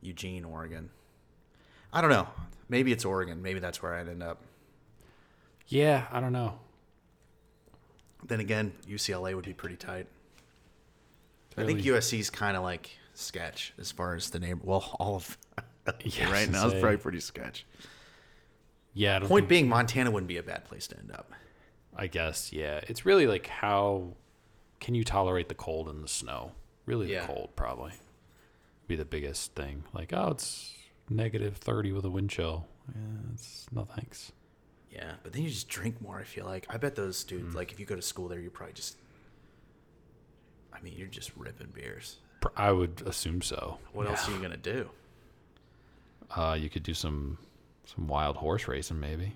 B: Eugene, Oregon. I don't know. Maybe it's Oregon. Maybe that's where I'd end up.
A: Yeah, I don't know.
B: Then again, UCLA would be pretty tight. I think
A: Really-
B: USC's kind of like sketch as far as the name. Well, all of
A: Yeah,
B: right
A: to
B: now is
A: say.
B: probably pretty sketch.
A: Yeah, I don't
B: Point
A: think-
B: being, Montana wouldn't be a bad place to end up.
A: I guess yeah. It's really like how can you tolerate the cold and the snow? Really,
B: Yeah.
A: the cold probably be the biggest thing. Like oh, it's negative thirty with a wind chill. Yeah, it's no thanks.
B: Yeah, Hmm. but then you just drink more. I feel like I bet those dudes like if you go to school there, you probably just. I mean, you're just ripping beers.
A: Pr- I would assume so.
B: What
A: Yeah.
B: else are you gonna do?
A: Uh, you could do some some wild horse racing, maybe.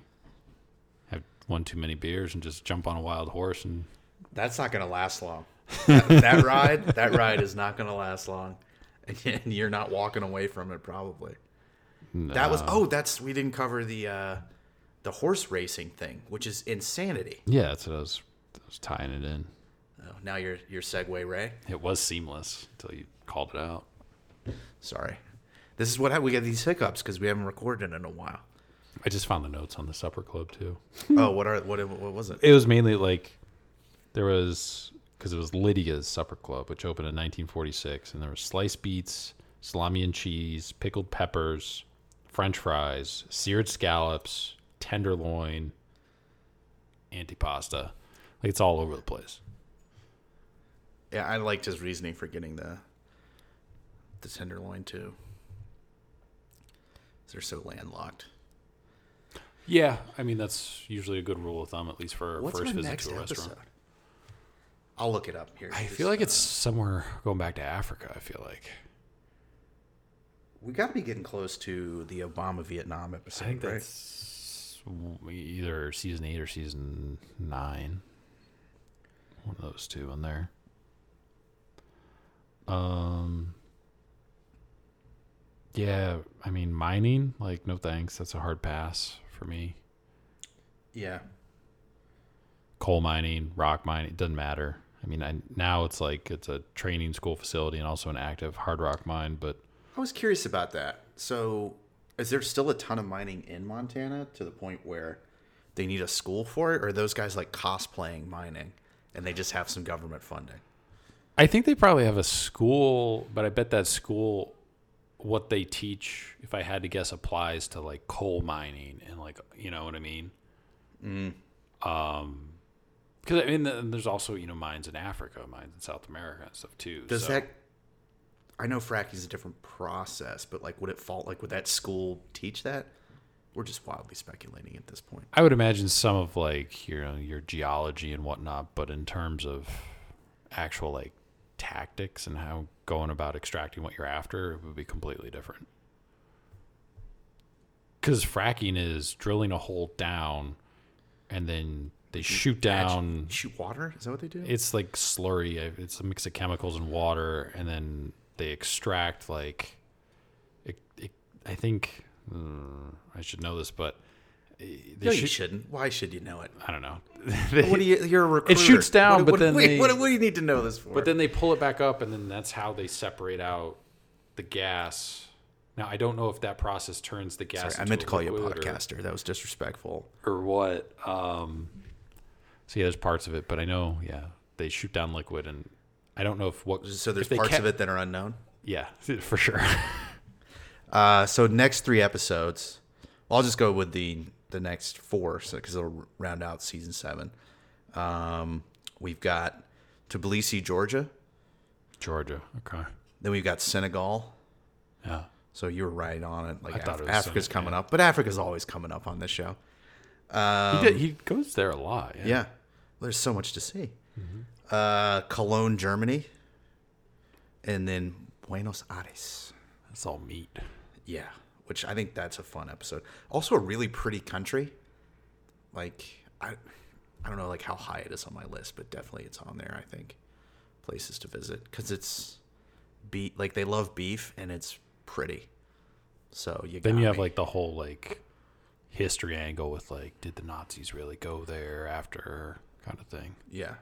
A: Have one too many beers and just jump on a wild horse and
B: That's not gonna last long. that, that ride, that ride is not gonna last long, and you're not walking away from it probably. That was oh, that's we didn't cover the uh, the horse racing thing, which is insanity.
A: yeah. That's what I was, I was tying it in.
B: Oh, now you're your segue, Ray.
A: It was seamless until you called it out.
B: Sorry, this is what hap- we get these hiccups because we haven't recorded in a while.
A: I just found the notes on the supper club too.
B: oh, what are what what was it?
A: It was mainly like there was because it was Lydia's supper club, which opened in 1946, and there was sliced beets, salami and cheese, pickled peppers, French fries, seared scallops, tenderloin, antipasta. Like it's all over the place.
B: Yeah, I liked his reasoning for getting the the tenderloin too. 'Cause They're so landlocked.
A: Yeah, I mean that's usually a good rule of thumb, at least for a
B: What's
A: first
B: our
A: visit
B: next
A: to a
B: episode?
A: restaurant.
B: I'll look it up here. uh,
A: I feel like it's somewhere going back to Africa. I feel like
B: we got to be getting close to the Obama Vietnam episode.
A: I think
B: right?
A: that's either season eight or season nine. One of those two in there. Um. Yeah, I mean mining. Like, no thanks. That's a hard pass for me.
B: yeah.
A: Coal mining, rock mining, it doesn't matter. I mean, I, now it's like it's a training school facility and also an active hard rock mine, but
B: I was curious about that. So, is there still a ton of mining in Montana to the point where they need a school for it, or are those guys like cosplaying mining and they just have some government funding?
A: I think they probably have a school, but I bet that school, what they teach, if I had to guess, applies to like coal mining and like you know what I mean. Mm. Um,
B: Mm.
A: because I mean, th- there's also you know mines in Africa, mines in South America and stuff too.
B: Does
A: so-
B: that? I know fracking is a different process, but like, would it fall? Like, would that school teach that? We're just wildly speculating at this point.
A: I would imagine some of like your your geology and whatnot, but in terms of actual like tactics and how going about extracting what you're after, it would be completely different. Because fracking is drilling a hole down, and then they shoot down.
B: Shoot water? Is that what they do?
A: It's like slurry. It's a mix of chemicals and water, and then they extract hmm, like. It, it, I think mm, I should know this, but they
B: No, you
A: shoot-
B: shouldn't. Why should you know it?
A: I don't know.
B: What do you? You're a recruiter.
A: shoots down,
B: What-
A: but
B: what-
A: then
B: wait,
A: they-
B: what, what do you need to know this for?
A: But then they pull it back up, and then that's how they separate out the gas. Now I don't know if that process turns the gas.
B: Sorry, I
A: into
B: meant to call you a
A: liquid or-
B: podcaster. That was disrespectful.
A: or what. Um, so yeah, there's parts of it, but I know, yeah, they shoot down liquid, and I don't know if what.
B: So there's
A: if they
B: parts
A: ca-
B: of it that are unknown.
A: Yeah, for sure.
B: Uh, so next three episodes, well, I'll just go with the the next four because it'll round out season seven. Um, we've got Tbilisi, Georgia.
A: Georgia. Okay.
B: Then we've got Senegal.
A: Yeah.
B: So you were right on it. Like
A: I thought
B: Af-
A: it was
B: Africa's
A: Senegal,
B: coming up, but Africa's always coming up on this show.
A: he, did, he goes there a lot. Yeah.
B: Um,
A: Mm-hmm.
B: Yeah, there's so much to see. Uh, Cologne, Germany, and then Buenos Aires.
A: That's all meat.
B: Yeah, which I think that's a fun episode. Also, a really pretty country. Like I, I don't know like how high it is on my list, but definitely it's on there. I think places to visit because it's beef. Like they love beef and it's pretty. So you
A: Then
B: got
A: you have
B: me.
A: like the whole like history angle with like, did the Nazis really go there after kind of thing?
B: yeah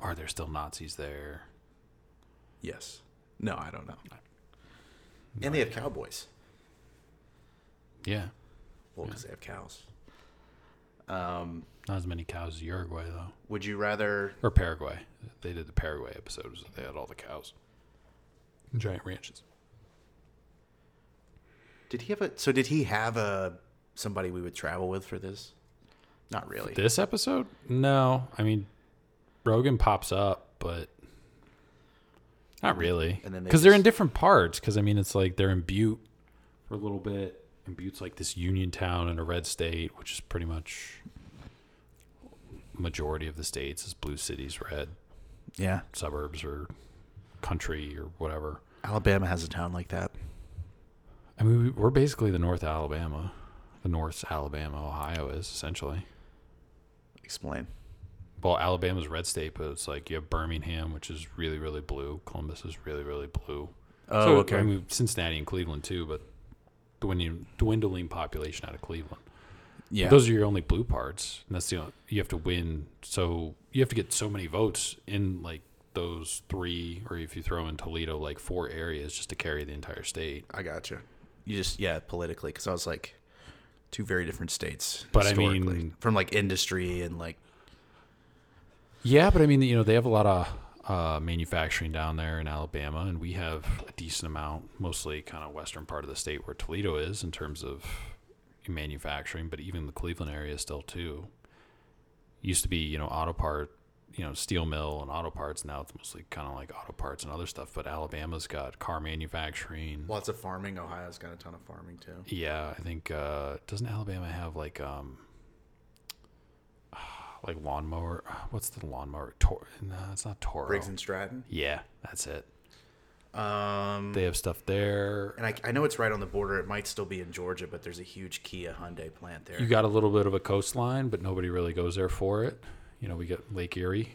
A: Are there still Nazis there?
B: yes no I don't know. and they have cowboys.
A: Yeah.
B: Well, because they have cows. Um,
A: Not as many cows as Uruguay though,
B: would you rather?
A: or Paraguay. They did the Paraguay episodes. They had all the cows, giant ranches.
B: Did he have a? So did he have a somebody we would travel with for this? Not really.
A: This episode? No. I mean, Rogan pops up, but not really.
B: And then they
A: Because they are in
B: just-
A: different parts. Because, I mean, it's like they're in Butte for a little bit. And Butte's like this union town in a red state, which is pretty much majority of the states is blue cities, red
B: Yeah,
A: suburbs or country or whatever.
B: Alabama has a town like that.
A: I mean, we- we're basically the North Alabama. The North Alabama, Ohio is essentially.
B: Explain.
A: well, Alabama's red state, but it's like you have Birmingham, which is really, really blue. Columbus is really, really blue.
B: Oh, okay.
A: I mean, Cincinnati and Cleveland too, but dwindling, dwindling population out of Cleveland.
B: Yeah.
A: Those are your only blue parts, and that's the only, you have to win. So you have to get so many votes in like those three, or if you throw in Toledo, like four areas just to carry the entire state.
B: I got you. You just yeah politically because I was like two very different states.
A: But I
B: historically,
A: mean-
B: from like industry and like
A: Yeah, but I mean, you know, they have a lot of uh, manufacturing down there in Alabama, and we have a decent amount, mostly kind of western part of the state where Toledo is in terms of manufacturing, but even the Cleveland area still too. Used to be, you know, auto part, you know, steel mill and auto parts. Now it's mostly kind of like auto parts and other stuff. But Alabama's got car manufacturing.
B: lots of farming. Ohio's got a ton of farming too.
A: Yeah, I think uh, doesn't Alabama have like um like lawnmower? What's the lawnmower? Tor- no, it's not Toro.
B: Briggs and Stratton.
A: yeah, that's it.
B: Um,
A: They have stuff there.
B: and I, I know it's right on the border. It might still be in Georgia, but there's a huge Kia Hyundai plant there.
A: You got a little bit of a coastline, but nobody really goes there for it. You know, we got Lake Erie.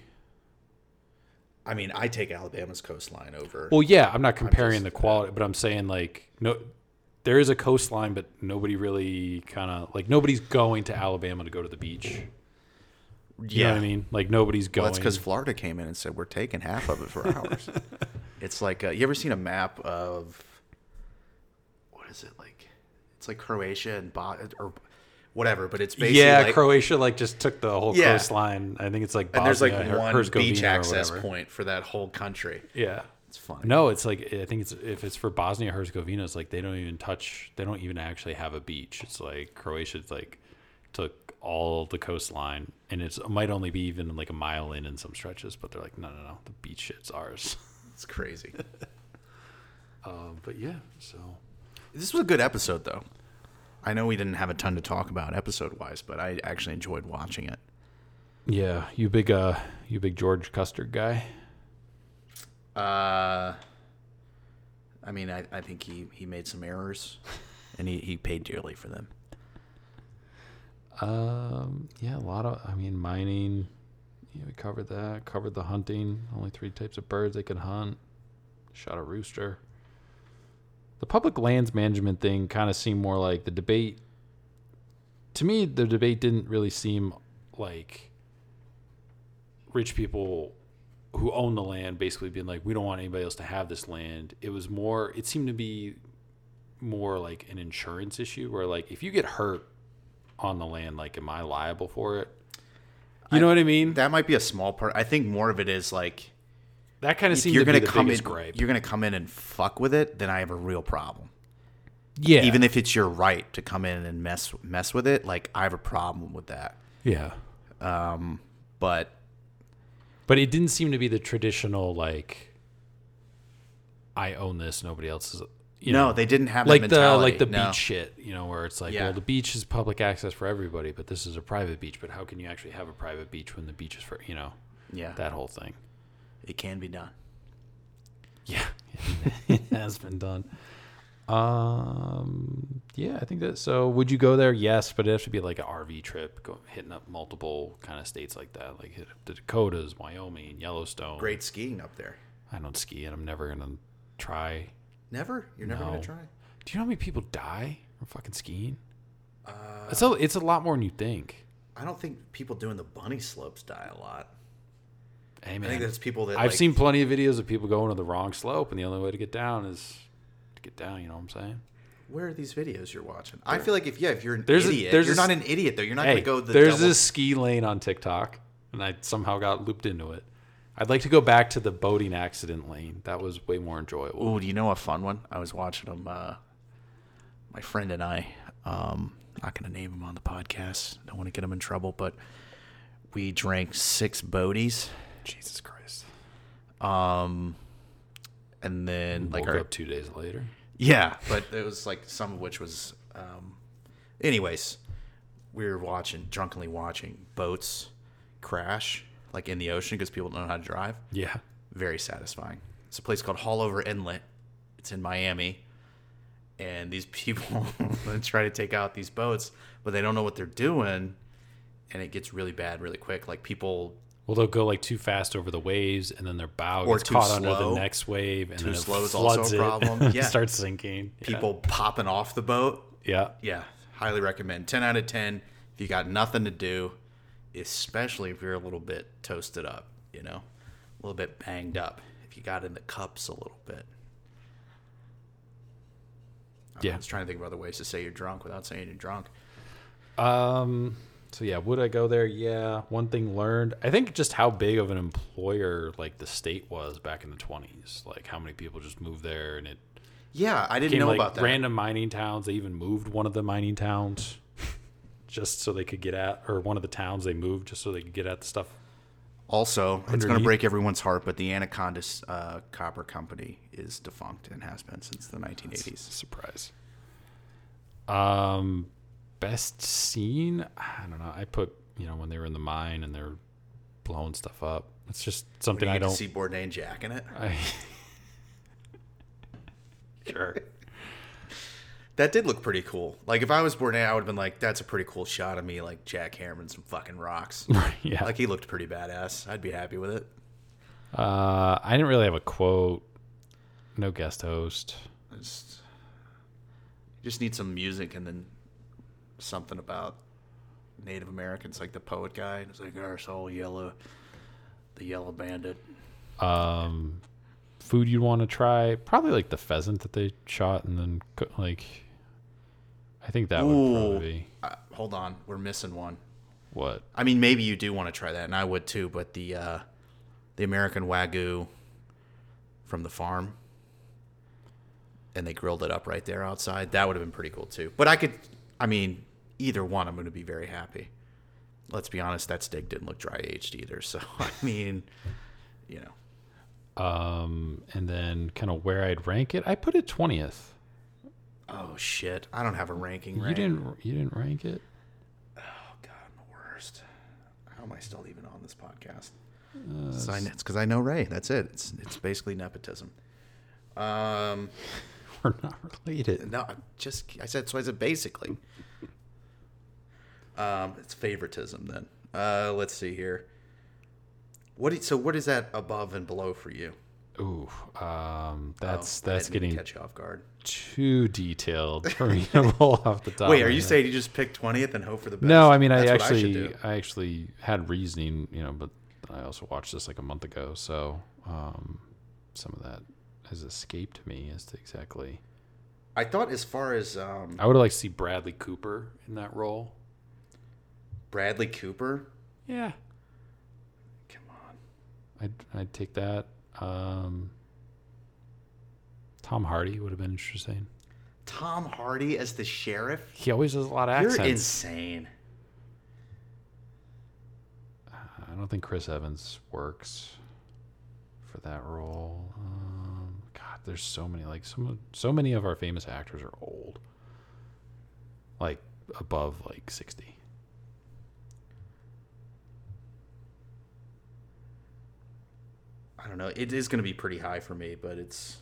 B: I mean, I take Alabama's coastline over.
A: Well, yeah, I'm not comparing the quality, but I'm saying like no, there is a coastline, but nobody really kind of like nobody's going to Alabama to go to the beach. You know what I mean? Like nobody's going.
B: Well, that's because Florida came in and said we're taking half of it for ours. it's like uh, you ever seen a map of what is it like? It's like Croatia and Bot or whatever, but it's basically
A: yeah,
B: like,
A: Croatia like just took the whole
B: Yeah.
A: coastline. I think it's like Bosnia,
B: and there's like one
A: Herzegovina
B: beach
A: or
B: access
A: whatever.
B: point for that whole country.
A: Yeah.
B: It's funny.
A: No, it's like I think it's if it's for Bosnia Herzegovina, it's like they don't even touch. They don't even actually have a beach. It's like Croatia like took all the coastline, and it's, it might only be even like a mile in in some stretches. But they're like, no, no, no, the beach shit's ours.
B: It's crazy.
A: Um, but yeah, so
B: this was a good episode though. I know we didn't have a ton to talk about episode wise, but I actually enjoyed watching it.
A: yeah, you big uh, you big George Custard guy.
B: Uh, I mean, I, I think he, he made some errors, and he, he paid dearly for them.
A: Um, yeah, a lot of, I mean, mining. Yeah, we covered that. Covered the hunting. Only three types of birds they can hunt. Shot a rooster. The public lands management thing kind of seemed more like the debate to me, the debate didn't really seem like rich people who own the land basically being like, we don't want anybody else to have this land. It was more, it seemed to be more like an insurance issue where, like, if you get hurt on the land, like, am I liable for it? You know what I mean? That,
B: That might be a small part. I think more of it is like
A: kind of
B: if
A: seemed
B: you're
A: to
B: gonna
A: be the
B: come in,
A: biggest gripe.
B: you're gonna come in and fuck with it. Then I have a real problem.
A: Yeah,
B: Even if it's your right to come in and mess mess with it, like I have a problem with that.
A: yeah,
B: But
A: but it didn't seem to be the traditional like, I own this, nobody else is. You
B: no,
A: know.
B: they didn't have
A: like
B: that
A: the
B: mentality.
A: like the
B: no.
A: beach shit, you know, where it's like,
B: Yeah.
A: well, the beach is public access for everybody, but this is a private beach. But how can you actually have a private beach when the beach is for you know
B: Yeah,
A: that whole thing?
B: it can be done.
A: Yeah, it has been done. Um, yeah, I think that. So, would you go there? Yes, but it has to be like an RV trip, go, hitting up multiple kind of states like that, like hit up the Dakotas, Wyoming, Yellowstone.
B: Great skiing up there.
A: I don't ski, and I'm never gonna try.
B: Never. You're never
A: No.
B: gonna try.
A: Do you know how many people die from fucking skiing?
B: Uh,
A: it's a it's a lot more than you think.
B: I don't think people doing the bunny slopes die a lot.
A: Hey,
B: I think
A: man.
B: that's people that
A: I've
B: like,
A: seen plenty of videos of people going to the wrong slope, and the only way to get down is to get down. You know what I'm saying?
B: Where are these videos you're watching? I feel like if yeah, if you're an
A: There's a-
B: idiot,
A: there's
B: you're
A: a-
B: not an idiot though. You're not
A: hey,
B: gonna go the
A: there's
B: double-
A: this ski lane on TikTok, and I somehow got looped into it. I'd like to go back to the boating accident lane. That was way more enjoyable.
B: Ooh, do you know a fun one? I was watching them. Uh, my friend and I. Um, not gonna name him on the podcast. Don't want to get him in trouble, but we drank six bodies,
A: Jesus Christ!
B: um, and then like
A: Woke
B: our
A: up two days later.
B: yeah, but it was like some of which was. Um, anyways, we were watching drunkenly watching boats crash like in the ocean because people don't know how to drive.
A: Yeah,
B: very satisfying. It's a place called Hall Over Inlet. It's in Miami. And these people try to take out these boats, but they don't know what they're doing. And it gets really bad really quick. Like people,
A: well, they'll go like too fast over the waves, and then their bow
B: Or
A: gets
B: too
A: caught under
B: slow.
A: the next wave, and then it
B: slow is also
A: floods
B: a
A: it,
B: problem.
A: and
B: Yeah.
A: starts sinking. Yeah.
B: people popping off the boat.
A: yeah.
B: Yeah, highly recommend. 10 out of 10 if you got nothing to do, especially if you're a little bit toasted up, you know, a little bit banged up. If you got in the cups a little bit. Oh, I
A: Yeah.
B: was trying to think of other ways to say you're drunk without saying you're drunk.
A: Um. So yeah, would I go there? Yeah. One thing learned, I think, just how big of an employer like the state was back in the twenties. Like how many people just moved there, and it
B: Yeah, I didn't
A: became
B: know
A: like
B: about that.
A: random mining towns. They even moved one of the mining towns just so they could get at, or one of the towns they moved just so they could get at the stuff.
B: also, it's going to
A: Underneath.
B: break everyone's heart, but the Anaconda uh, Copper Company is defunct and has been since the 1980s.
A: Surprise. Um, best scene? I don't know. I put you know when they were in the mine and they're blowing stuff up. It's just something
B: You
A: I
B: get to
A: don't
B: see Bourdain jacking it.
A: I sure.
B: That did look pretty cool. Like if I was Bourdain, I would have been like, "That's a pretty cool shot of me, like Jack Hammerman, some fucking rocks."
A: Yeah.
B: like he looked pretty badass. I'd be happy with it.
A: uh, I didn't really have a quote. No guest host.
B: I Just, just need some music and then something about Native Americans, like the poet guy. It's like our soul yellow, the yellow bandit.
A: Um, food you'd want to try? Probably like the pheasant that they shot and then co- like. I think that would
B: Ooh.
A: probably be
B: Uh, hold on, we're missing one.
A: what.
B: I mean, maybe you do want to try that, and I would too. But the uh, the American Wagyu from the farm, and they grilled it up right there outside. That would have been pretty cool too. But I could, I mean, either one, I'm going to be very happy. Let's be honest, that steak didn't look dry aged either. So I mean, you know,
A: Um, and then kind of where I'd rank it. I put it twentieth.
B: oh shit, I don't have a ranking.
A: You
B: Right?
A: didn't. You didn't rank it.
B: Oh god, I'm the worst. How am I still even on this podcast?
A: Uh,
B: So I- it's because I know Ray. That's it. It's it's basically nepotism. Um.
A: We're not related.
B: No, I'm just I said so. I said basically. Um, it's favoritism then. Uh, let's see here. What do- so what is that above and below for you?
A: Ooh, um, that's
B: Oh, I
A: that's
B: didn't mean to
A: getting
B: catch you off guard.
A: too detailed for me to pull off the top.
B: Wait,
A: of
B: are
A: my
B: you
A: head.
B: saying you just picked twentieth and hope for the best?
A: Oh, No, I mean I
B: That's what should
A: actually
B: do.
A: I, actually had reasoning, you know, but I also watched this like a month ago, so um, some of that has escaped me as to exactly.
B: I thought as far as um,
A: I would like to see Bradley Cooper in that role.
B: Bradley Cooper.
A: Yeah,
B: Come on,
A: I'd I'd take that. Um, Tom Hardy would have been interesting.
B: Tom Hardy as the sheriff.
A: He always does a lot of
B: You're
A: accents.
B: insane.
A: I don't think Chris Evans works for that role. Um, God, there's so many like some so many of our famous actors are old, like above like sixty.
B: I don't know. It is going to be pretty high for me, but it's.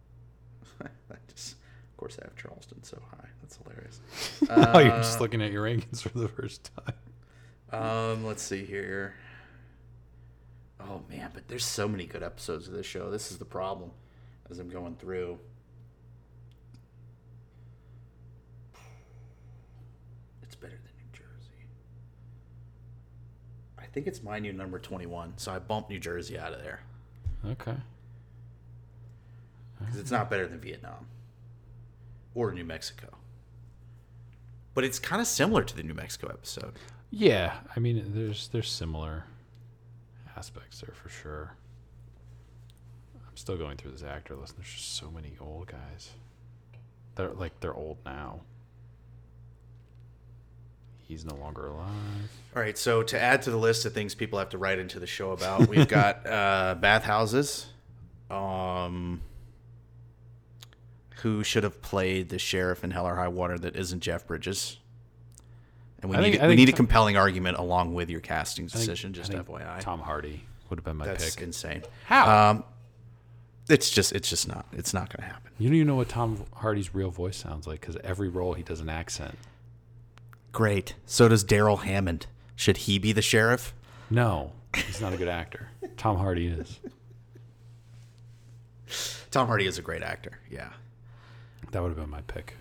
B: I just, of course, I have Charleston so high. That's hilarious.
A: Oh, you're just
B: Uh,
A: looking at your rankings for the first time.
B: Um, let's see here. Oh man, but there's so many good episodes of this show. This is the problem as I'm going through. It's better than New Jersey. I think it's my new number 21, so I bumped New Jersey out of there
A: Okay.
B: because it's not better than Vietnam or New Mexico. But it's kind of similar to the New Mexico episode.
A: Yeah, I mean, there's there's similar aspects there for sure. I'm still going through this actor list. and There's just so many old guys. They're like they're old now. He's no longer alive.
B: All right, so to add to the list of things people have to write into the show about, we've got uh, bathhouses. Um, who should have played the sheriff in Hell or High Water that isn't Jeff Bridges? And we
A: I
B: need
A: think- I
B: we
A: think
B: need a
A: Tom-
B: compelling argument along with your casting
A: I think-
B: decision. just
A: I think
B: FYI,
A: Tom Hardy would have been my
B: that's
A: pick.
B: insane.
A: How?
B: Um, it's just it's just not it's not going to happen.
A: you don't even know what Tom Hardy's real voice sounds like because every role he does an accent.
B: Great. So does Daryl Hammond. Should he be the sheriff?
A: No, he's not a good actor. Tom Hardy is.
B: Tom Hardy is a great actor. Yeah.
A: That would have been my pick.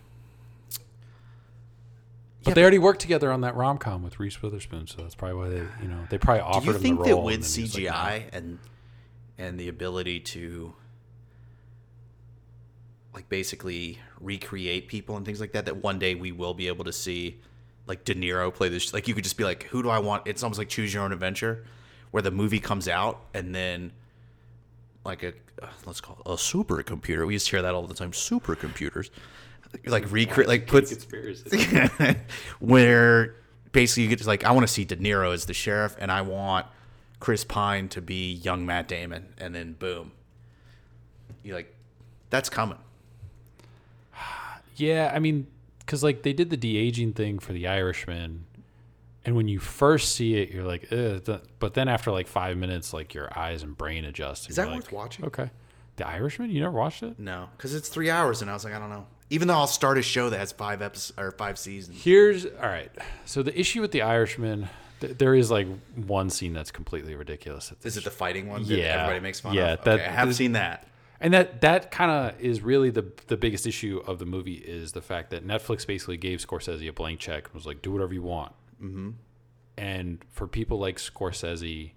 A: But they already worked together on that rom com with Reese Witherspoon, so that's probably why they, you know, they probably offered
B: Do you
A: him
B: think
A: the
B: that
A: role.
B: with
A: and then he was like,
B: CGI and and the ability to like basically recreate people and things like that, that one day we will be able to see like De Niro play this? Like you could just be like, who do I want? It's almost like choose your own adventure, where the movie comes out and then like a uh, let's call it a supercomputer. We used to hear that all the time. Supercomputers, like recreate, like
A: "No,
B: puts
A: conspiracy.
B: where basically you get to like I want to see De Niro as the sheriff and I want Chris Pine to be young Matt Damon and then boom. You like that's coming.
A: yeah, I mean, because like they did the de aging thing for The Irishman, and when you first see it, you're like, Ugh, th-" but then after like five minutes, like your eyes and brain adjust. and
B: Is that
A: you're
B: worth
A: like,
B: watching?
A: Okay, The Irishman. You never watched it?
B: No, cuz it's 3 hours and I was like I don't know. Even though I'll start a show that has 5 episodes or 5 seasons.
A: Here's all right. So the issue with The Irishman, th- there is like one scene that's completely ridiculous. At the
B: Is it the fighting one that
A: Yeah.
B: everybody makes fun
A: Yeah,
B: of?
A: that-
B: okay, I have seen that.
A: And that that kind of is really the the biggest issue of the movie is the fact that Netflix basically gave Scorsese a blank check and was like, do whatever you want. Mm-hmm. And for people like Scorsese,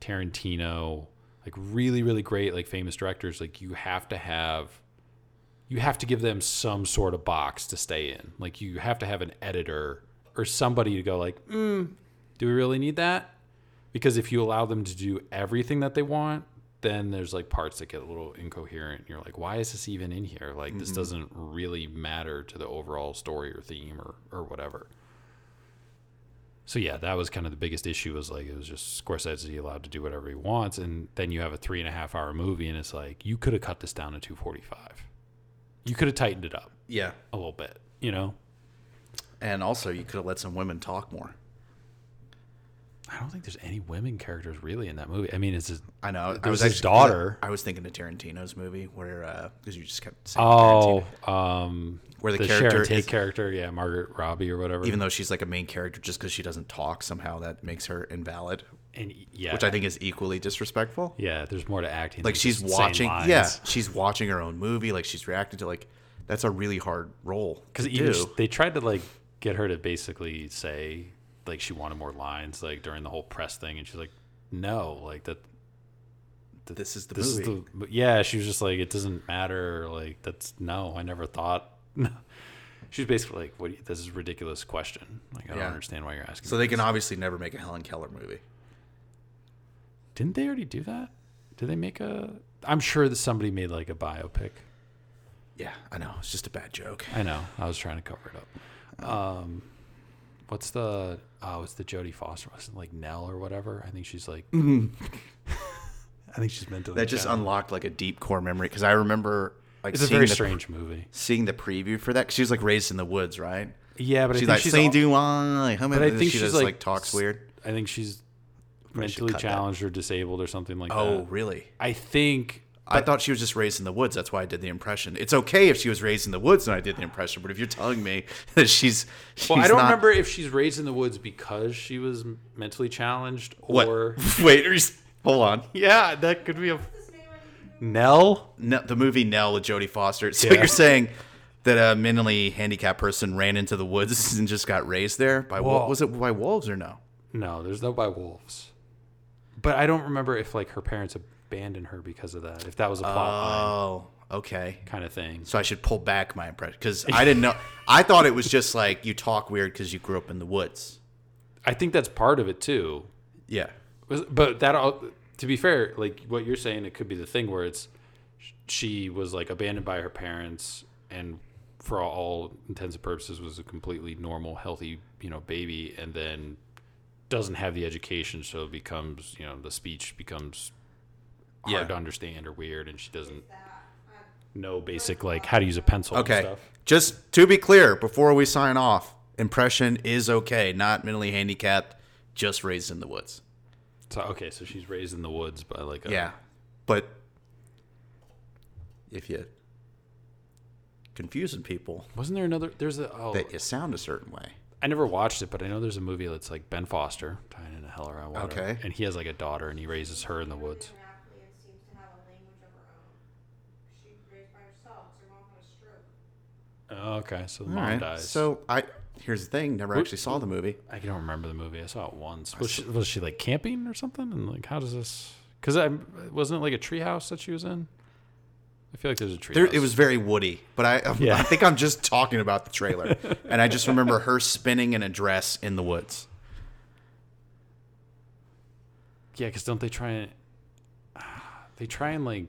A: Tarantino, like really really great like famous directors, like you have to have you have to give them some sort of box to stay in. Like you have to have an editor or somebody to go like, mm, do we really need that? because if you allow them to do everything that they want then there's like parts that get a little incoherent you're like why is this even in here like this doesn't really matter to the overall story or theme or or whatever so yeah that was kind of the biggest issue was like it was just scorsese allowed to do whatever he wants and then you have a three and a half hour movie and it's like you could have cut this down to 245 you could have tightened it up
B: Yeah.
A: a little bit you know
B: And also you could have let some women talk more.
A: i don't think there's any women characters really in that movie i mean it's just
B: I know. I
A: There was his
B: was actually,
A: daughter.
B: uh, Oh, I was thinking of Tarantino's movie where because you just kept saying Tarantino.
A: oh um
B: where the,
A: the
B: character
A: Sharon Tate
B: is,
A: character, yeah, Margaret Robbie or whatever.
B: even though she's like a main character, just because she doesn't talk, somehow that makes her invalid,
A: and yeah,
B: which I think is equally disrespectful.
A: yeah, there's more to acting.
B: Like
A: than
B: she's
A: just saying
B: watching,
A: lines.
B: yeah, she's watching her own movie. Like she's reacting to like that's a really hard role
A: because
B: to
A: even
B: do.
A: sh- they tried to like get her to basically say like she wanted more lines like during the whole press thing, and she's like, no, like that. that-
B: This is the
A: this
B: movie.
A: is the but yeah. She was just like, it doesn't matter. Like that's no, I never thought. She's basically like, what? do you- This is a ridiculous question. Like I don't
B: Yeah.
A: understand why you're asking.
B: so
A: me
B: they
A: this."
B: can obviously never make a Helen Keller movie.
A: Didn't they already do that? Did they make a? I'm sure that somebody made like a biopic.
B: Yeah, I know. It's just a bad joke.
A: I know. I was trying to cover it up. Um, what's the? Oh, it's the Jodie Foster. Wasn't it like Nell or whatever? I think she's like. I think she's mentally.
B: Mm-hmm. That just
A: challenged.
B: unlocked like a deep core memory because I remember like
A: It's a
B: seeing
A: very
B: the,
A: strange movie.
B: seeing the preview for that. 'cause She was like raised in the woods, right?
A: Yeah, but I
B: she's
A: think
B: like
A: she's.
B: saying,
A: al-
B: "Do I?" How
A: but
B: many?
A: I think
B: she
A: she's
B: just,
A: like,
B: like, talks
A: s-
B: weird.
A: I think she's
B: should
A: mentally
B: cut that.
A: challenged or disabled or something like that.
B: Oh, really?
A: I think.
B: I thought she was just raised in the woods. That's why I did the impression. It's okay if she was raised in the woods and I did the impression, but if you're telling me that she's, she's
A: Well, I don't
B: not-
A: remember if she's raised in the woods because she was mentally challenged
B: what.
A: or.
B: Wait, are you s- hold on.
A: Yeah, that could be a
C: What's his name on YouTube?
A: Nell.
B: No, the movie Nell with Jodie Foster. So
A: Yeah.
B: you're saying that a mentally handicapped person ran into the woods and just got raised there by
A: Well-
B: what was it by wolves or no?
A: No, there's no by wolves. But I don't remember if like her parents abandoned her because of that. If that was a plot line
B: Oh, okay.
A: kind of thing.
B: So I should pull back my impression because I didn't know. I thought it was just like you talk weird because you grew up in the woods.
A: I think that's part of it too.
B: Yeah.
A: Was- But that all to be fair, like what you're saying, it could be the thing where it's she was like abandoned by her parents and for all intents and purposes was a completely normal healthy you know baby and then doesn't have the education so becomes you know the speech becomes hard
B: Yeah.
A: to understand or weird and she doesn't know basic like how to use a pencil
B: Okay.
A: and stuff
B: Just to be clear, before we sign off, impression is okay. Not mentally handicapped, just raised in the woods.
A: so okay so she's raised in the woods by like a
B: Yeah. But if you confusing people,
A: wasn't there another there's a oh
B: that you sound a certain way.
A: I never watched it, but I know there's a movie that's like Ben Foster tying in a hell around water.
B: Okay.
A: And he has like a daughter and he raises her in the woods.
C: An athlete seems to have a language of her own. She was raised by herself. 'cause Her mom had a stroke.
A: Oh, Okay. So the
B: All
A: mom
B: right.
A: dies.
B: So I here's the thing. Never actually saw the movie.
A: I don't remember the movie. I saw it once. Was she, was she like camping or something? And like, how does this? Because I wasn't it like a treehouse that she was in. I feel like there's a treehouse.
B: There, it was very woody, but I
A: Yeah.
B: I think I'm just talking about the trailer, and I just remember her spinning in a dress in the woods.
A: Yeah, because don't they try and they try and like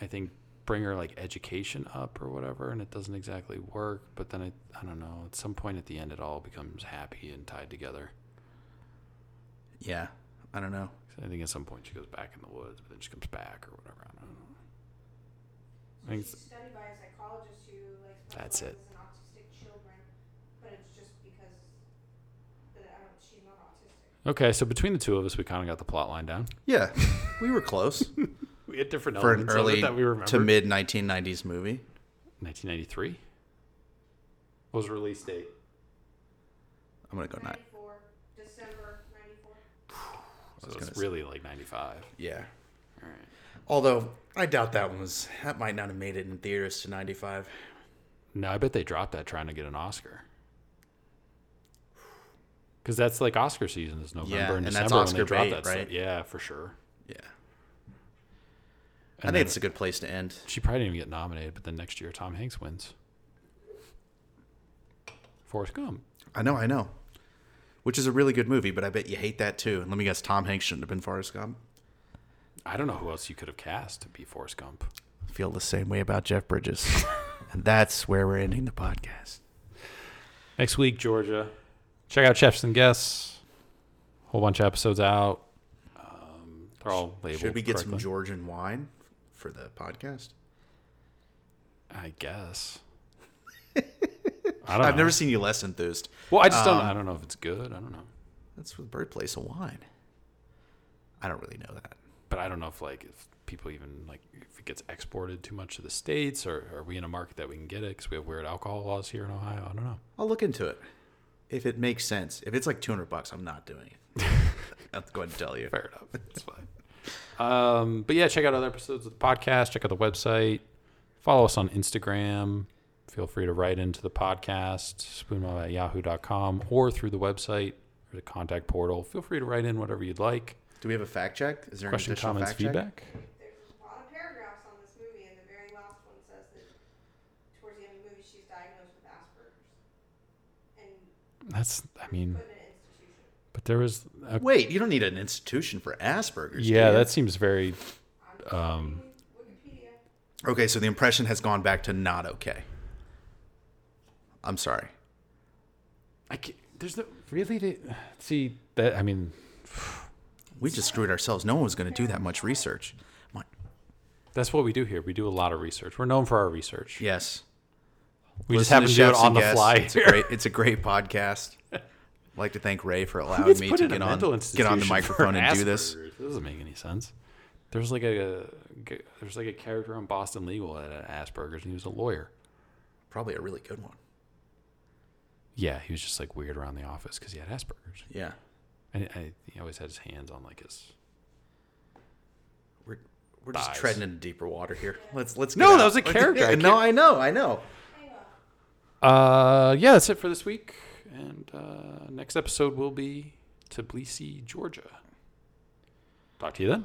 A: I think bring her like education up or whatever, and it doesn't exactly work. But then I I don't know. At some point at the end, it all becomes happy and tied together.
B: Yeah, I don't know.
A: 'Cause I think at some point she goes back in the woods, but then she comes back or whatever. I don't know. I think
C: She's
A: it's-
C: studied by a psychologist who like
A: That's it.
C: specializes in autistic children, but it's just because that I don't, she's not autistic.
A: okay, so between the two of us, we kind of got the plot line down.
B: Yeah, we were close
A: We had different
B: for an
A: elements
B: early
A: that we remember.
B: to mid 1990s movie.
A: 1993 What was the release date.
B: I'm gonna go nine.
C: Ninety-four, December ninety-four.
A: So
B: was gonna
A: it's
B: say-
A: really like 95.
B: Yeah,
A: All right.
B: although I doubt that one was that might not have made it in theaters to 95.
A: No, I bet they dropped that trying to get an Oscar. Because that's like Oscar season is November
B: Yeah,
A: and
B: and
A: December
B: that's
A: when
B: Oscar
A: they drop
B: bait,
A: that stuff.
B: right?
A: Yeah, for sure.
B: Yeah, I
A: And
B: think
A: then
B: it's a good place to end.
A: she probably didn't even get nominated, but then next year Tom Hanks wins. Forrest Gump.
B: I know, I know. Which is a really good movie, but I bet you hate that too. And let me guess, Tom Hanks shouldn't have been Forrest Gump.
A: I don't know who else you could have cast to be Forrest Gump.
B: feel the same way about Jeff Bridges. and that's where we're ending the podcast.
A: Next week, Georgia. Check out Chefs and Guests. Whole bunch of episodes out. Um, they're all labeled.
B: Should we get
A: correctly.
B: some Georgian wine for the podcast?
A: I guess. I don't
B: I've
A: know.
B: never seen you less enthused.
A: Well, I just
B: Um,
A: don't. I don't know if it's good. I don't know.
B: That's the birthplace of wine. I don't really know that.
A: but I don't know if like if people even like if it gets exported too much to the states, or are we in a market that we can get it because we have weird alcohol laws here in Ohio? I don't know.
B: I'll look into it if it makes sense. If it's like two hundred bucks, I'm not doing it. I'll go ahead and tell you.
A: Fair enough. It's fine. Um, but yeah, check out other episodes of the podcast. Check out the website. Follow us on Instagram. Feel free to write into the podcast, spoonmob at yahoo.com, or through the website or the contact portal. Feel free to write in whatever you'd like.
B: Do we have a fact check? Is there an
A: Question,
B: additional
A: comments,
B: fact check?
A: feedback.
C: There's a lot of paragraphs on this movie, and the very last one says that towards the end of the movie, she's diagnosed with Asperger's and
A: That's, I mean,
C: put in an institution.
A: but there was, a,
B: Wait, you don't need an institution for Asperger's. do
A: yeah,
B: you?
A: that seems very,
C: I'm
A: Um,
C: reading Wikipedia.
B: okay. So the impression has gone back to not okay. I'm sorry.
A: I can't, there's no, really, the, see, that, I mean,
B: We just screwed ourselves. No one was going to do that much research. I'm like,
A: that's what we do here. We do a lot of research. We're known for our research.
B: yes,
A: we just
B: Listen
A: happen
B: to
A: to do it
B: Chefs and
A: on the
B: Guests.
A: fly.
B: It's a great, it's a great podcast. I'd like to thank Ray for allowing
A: gets
B: me
A: put
B: to
A: in a
B: get on,
A: mental
B: get on the
A: institution
B: microphone
A: for
B: and do this.
A: Asperger's? That doesn't make any sense. There's like a g- there's like a character on Boston Legal that had Asperger's, and he was a lawyer.
B: Probably a really good one.
A: Yeah, he was just like weird around the office because he had Asperger's,
B: Yeah,
A: and I, he always had his hands on like his.
B: we're we're just
A: Thighs.
B: treading into deeper water here. Let's let's.
A: No,
B: get
A: that
B: out.
A: was a
B: Let's-
A: character. I
B: no, I know, I know.
C: Hang on.
A: Uh, yeah, that's it for this week, and uh, next episode will be Tbilisi, Georgia. Talk to you then.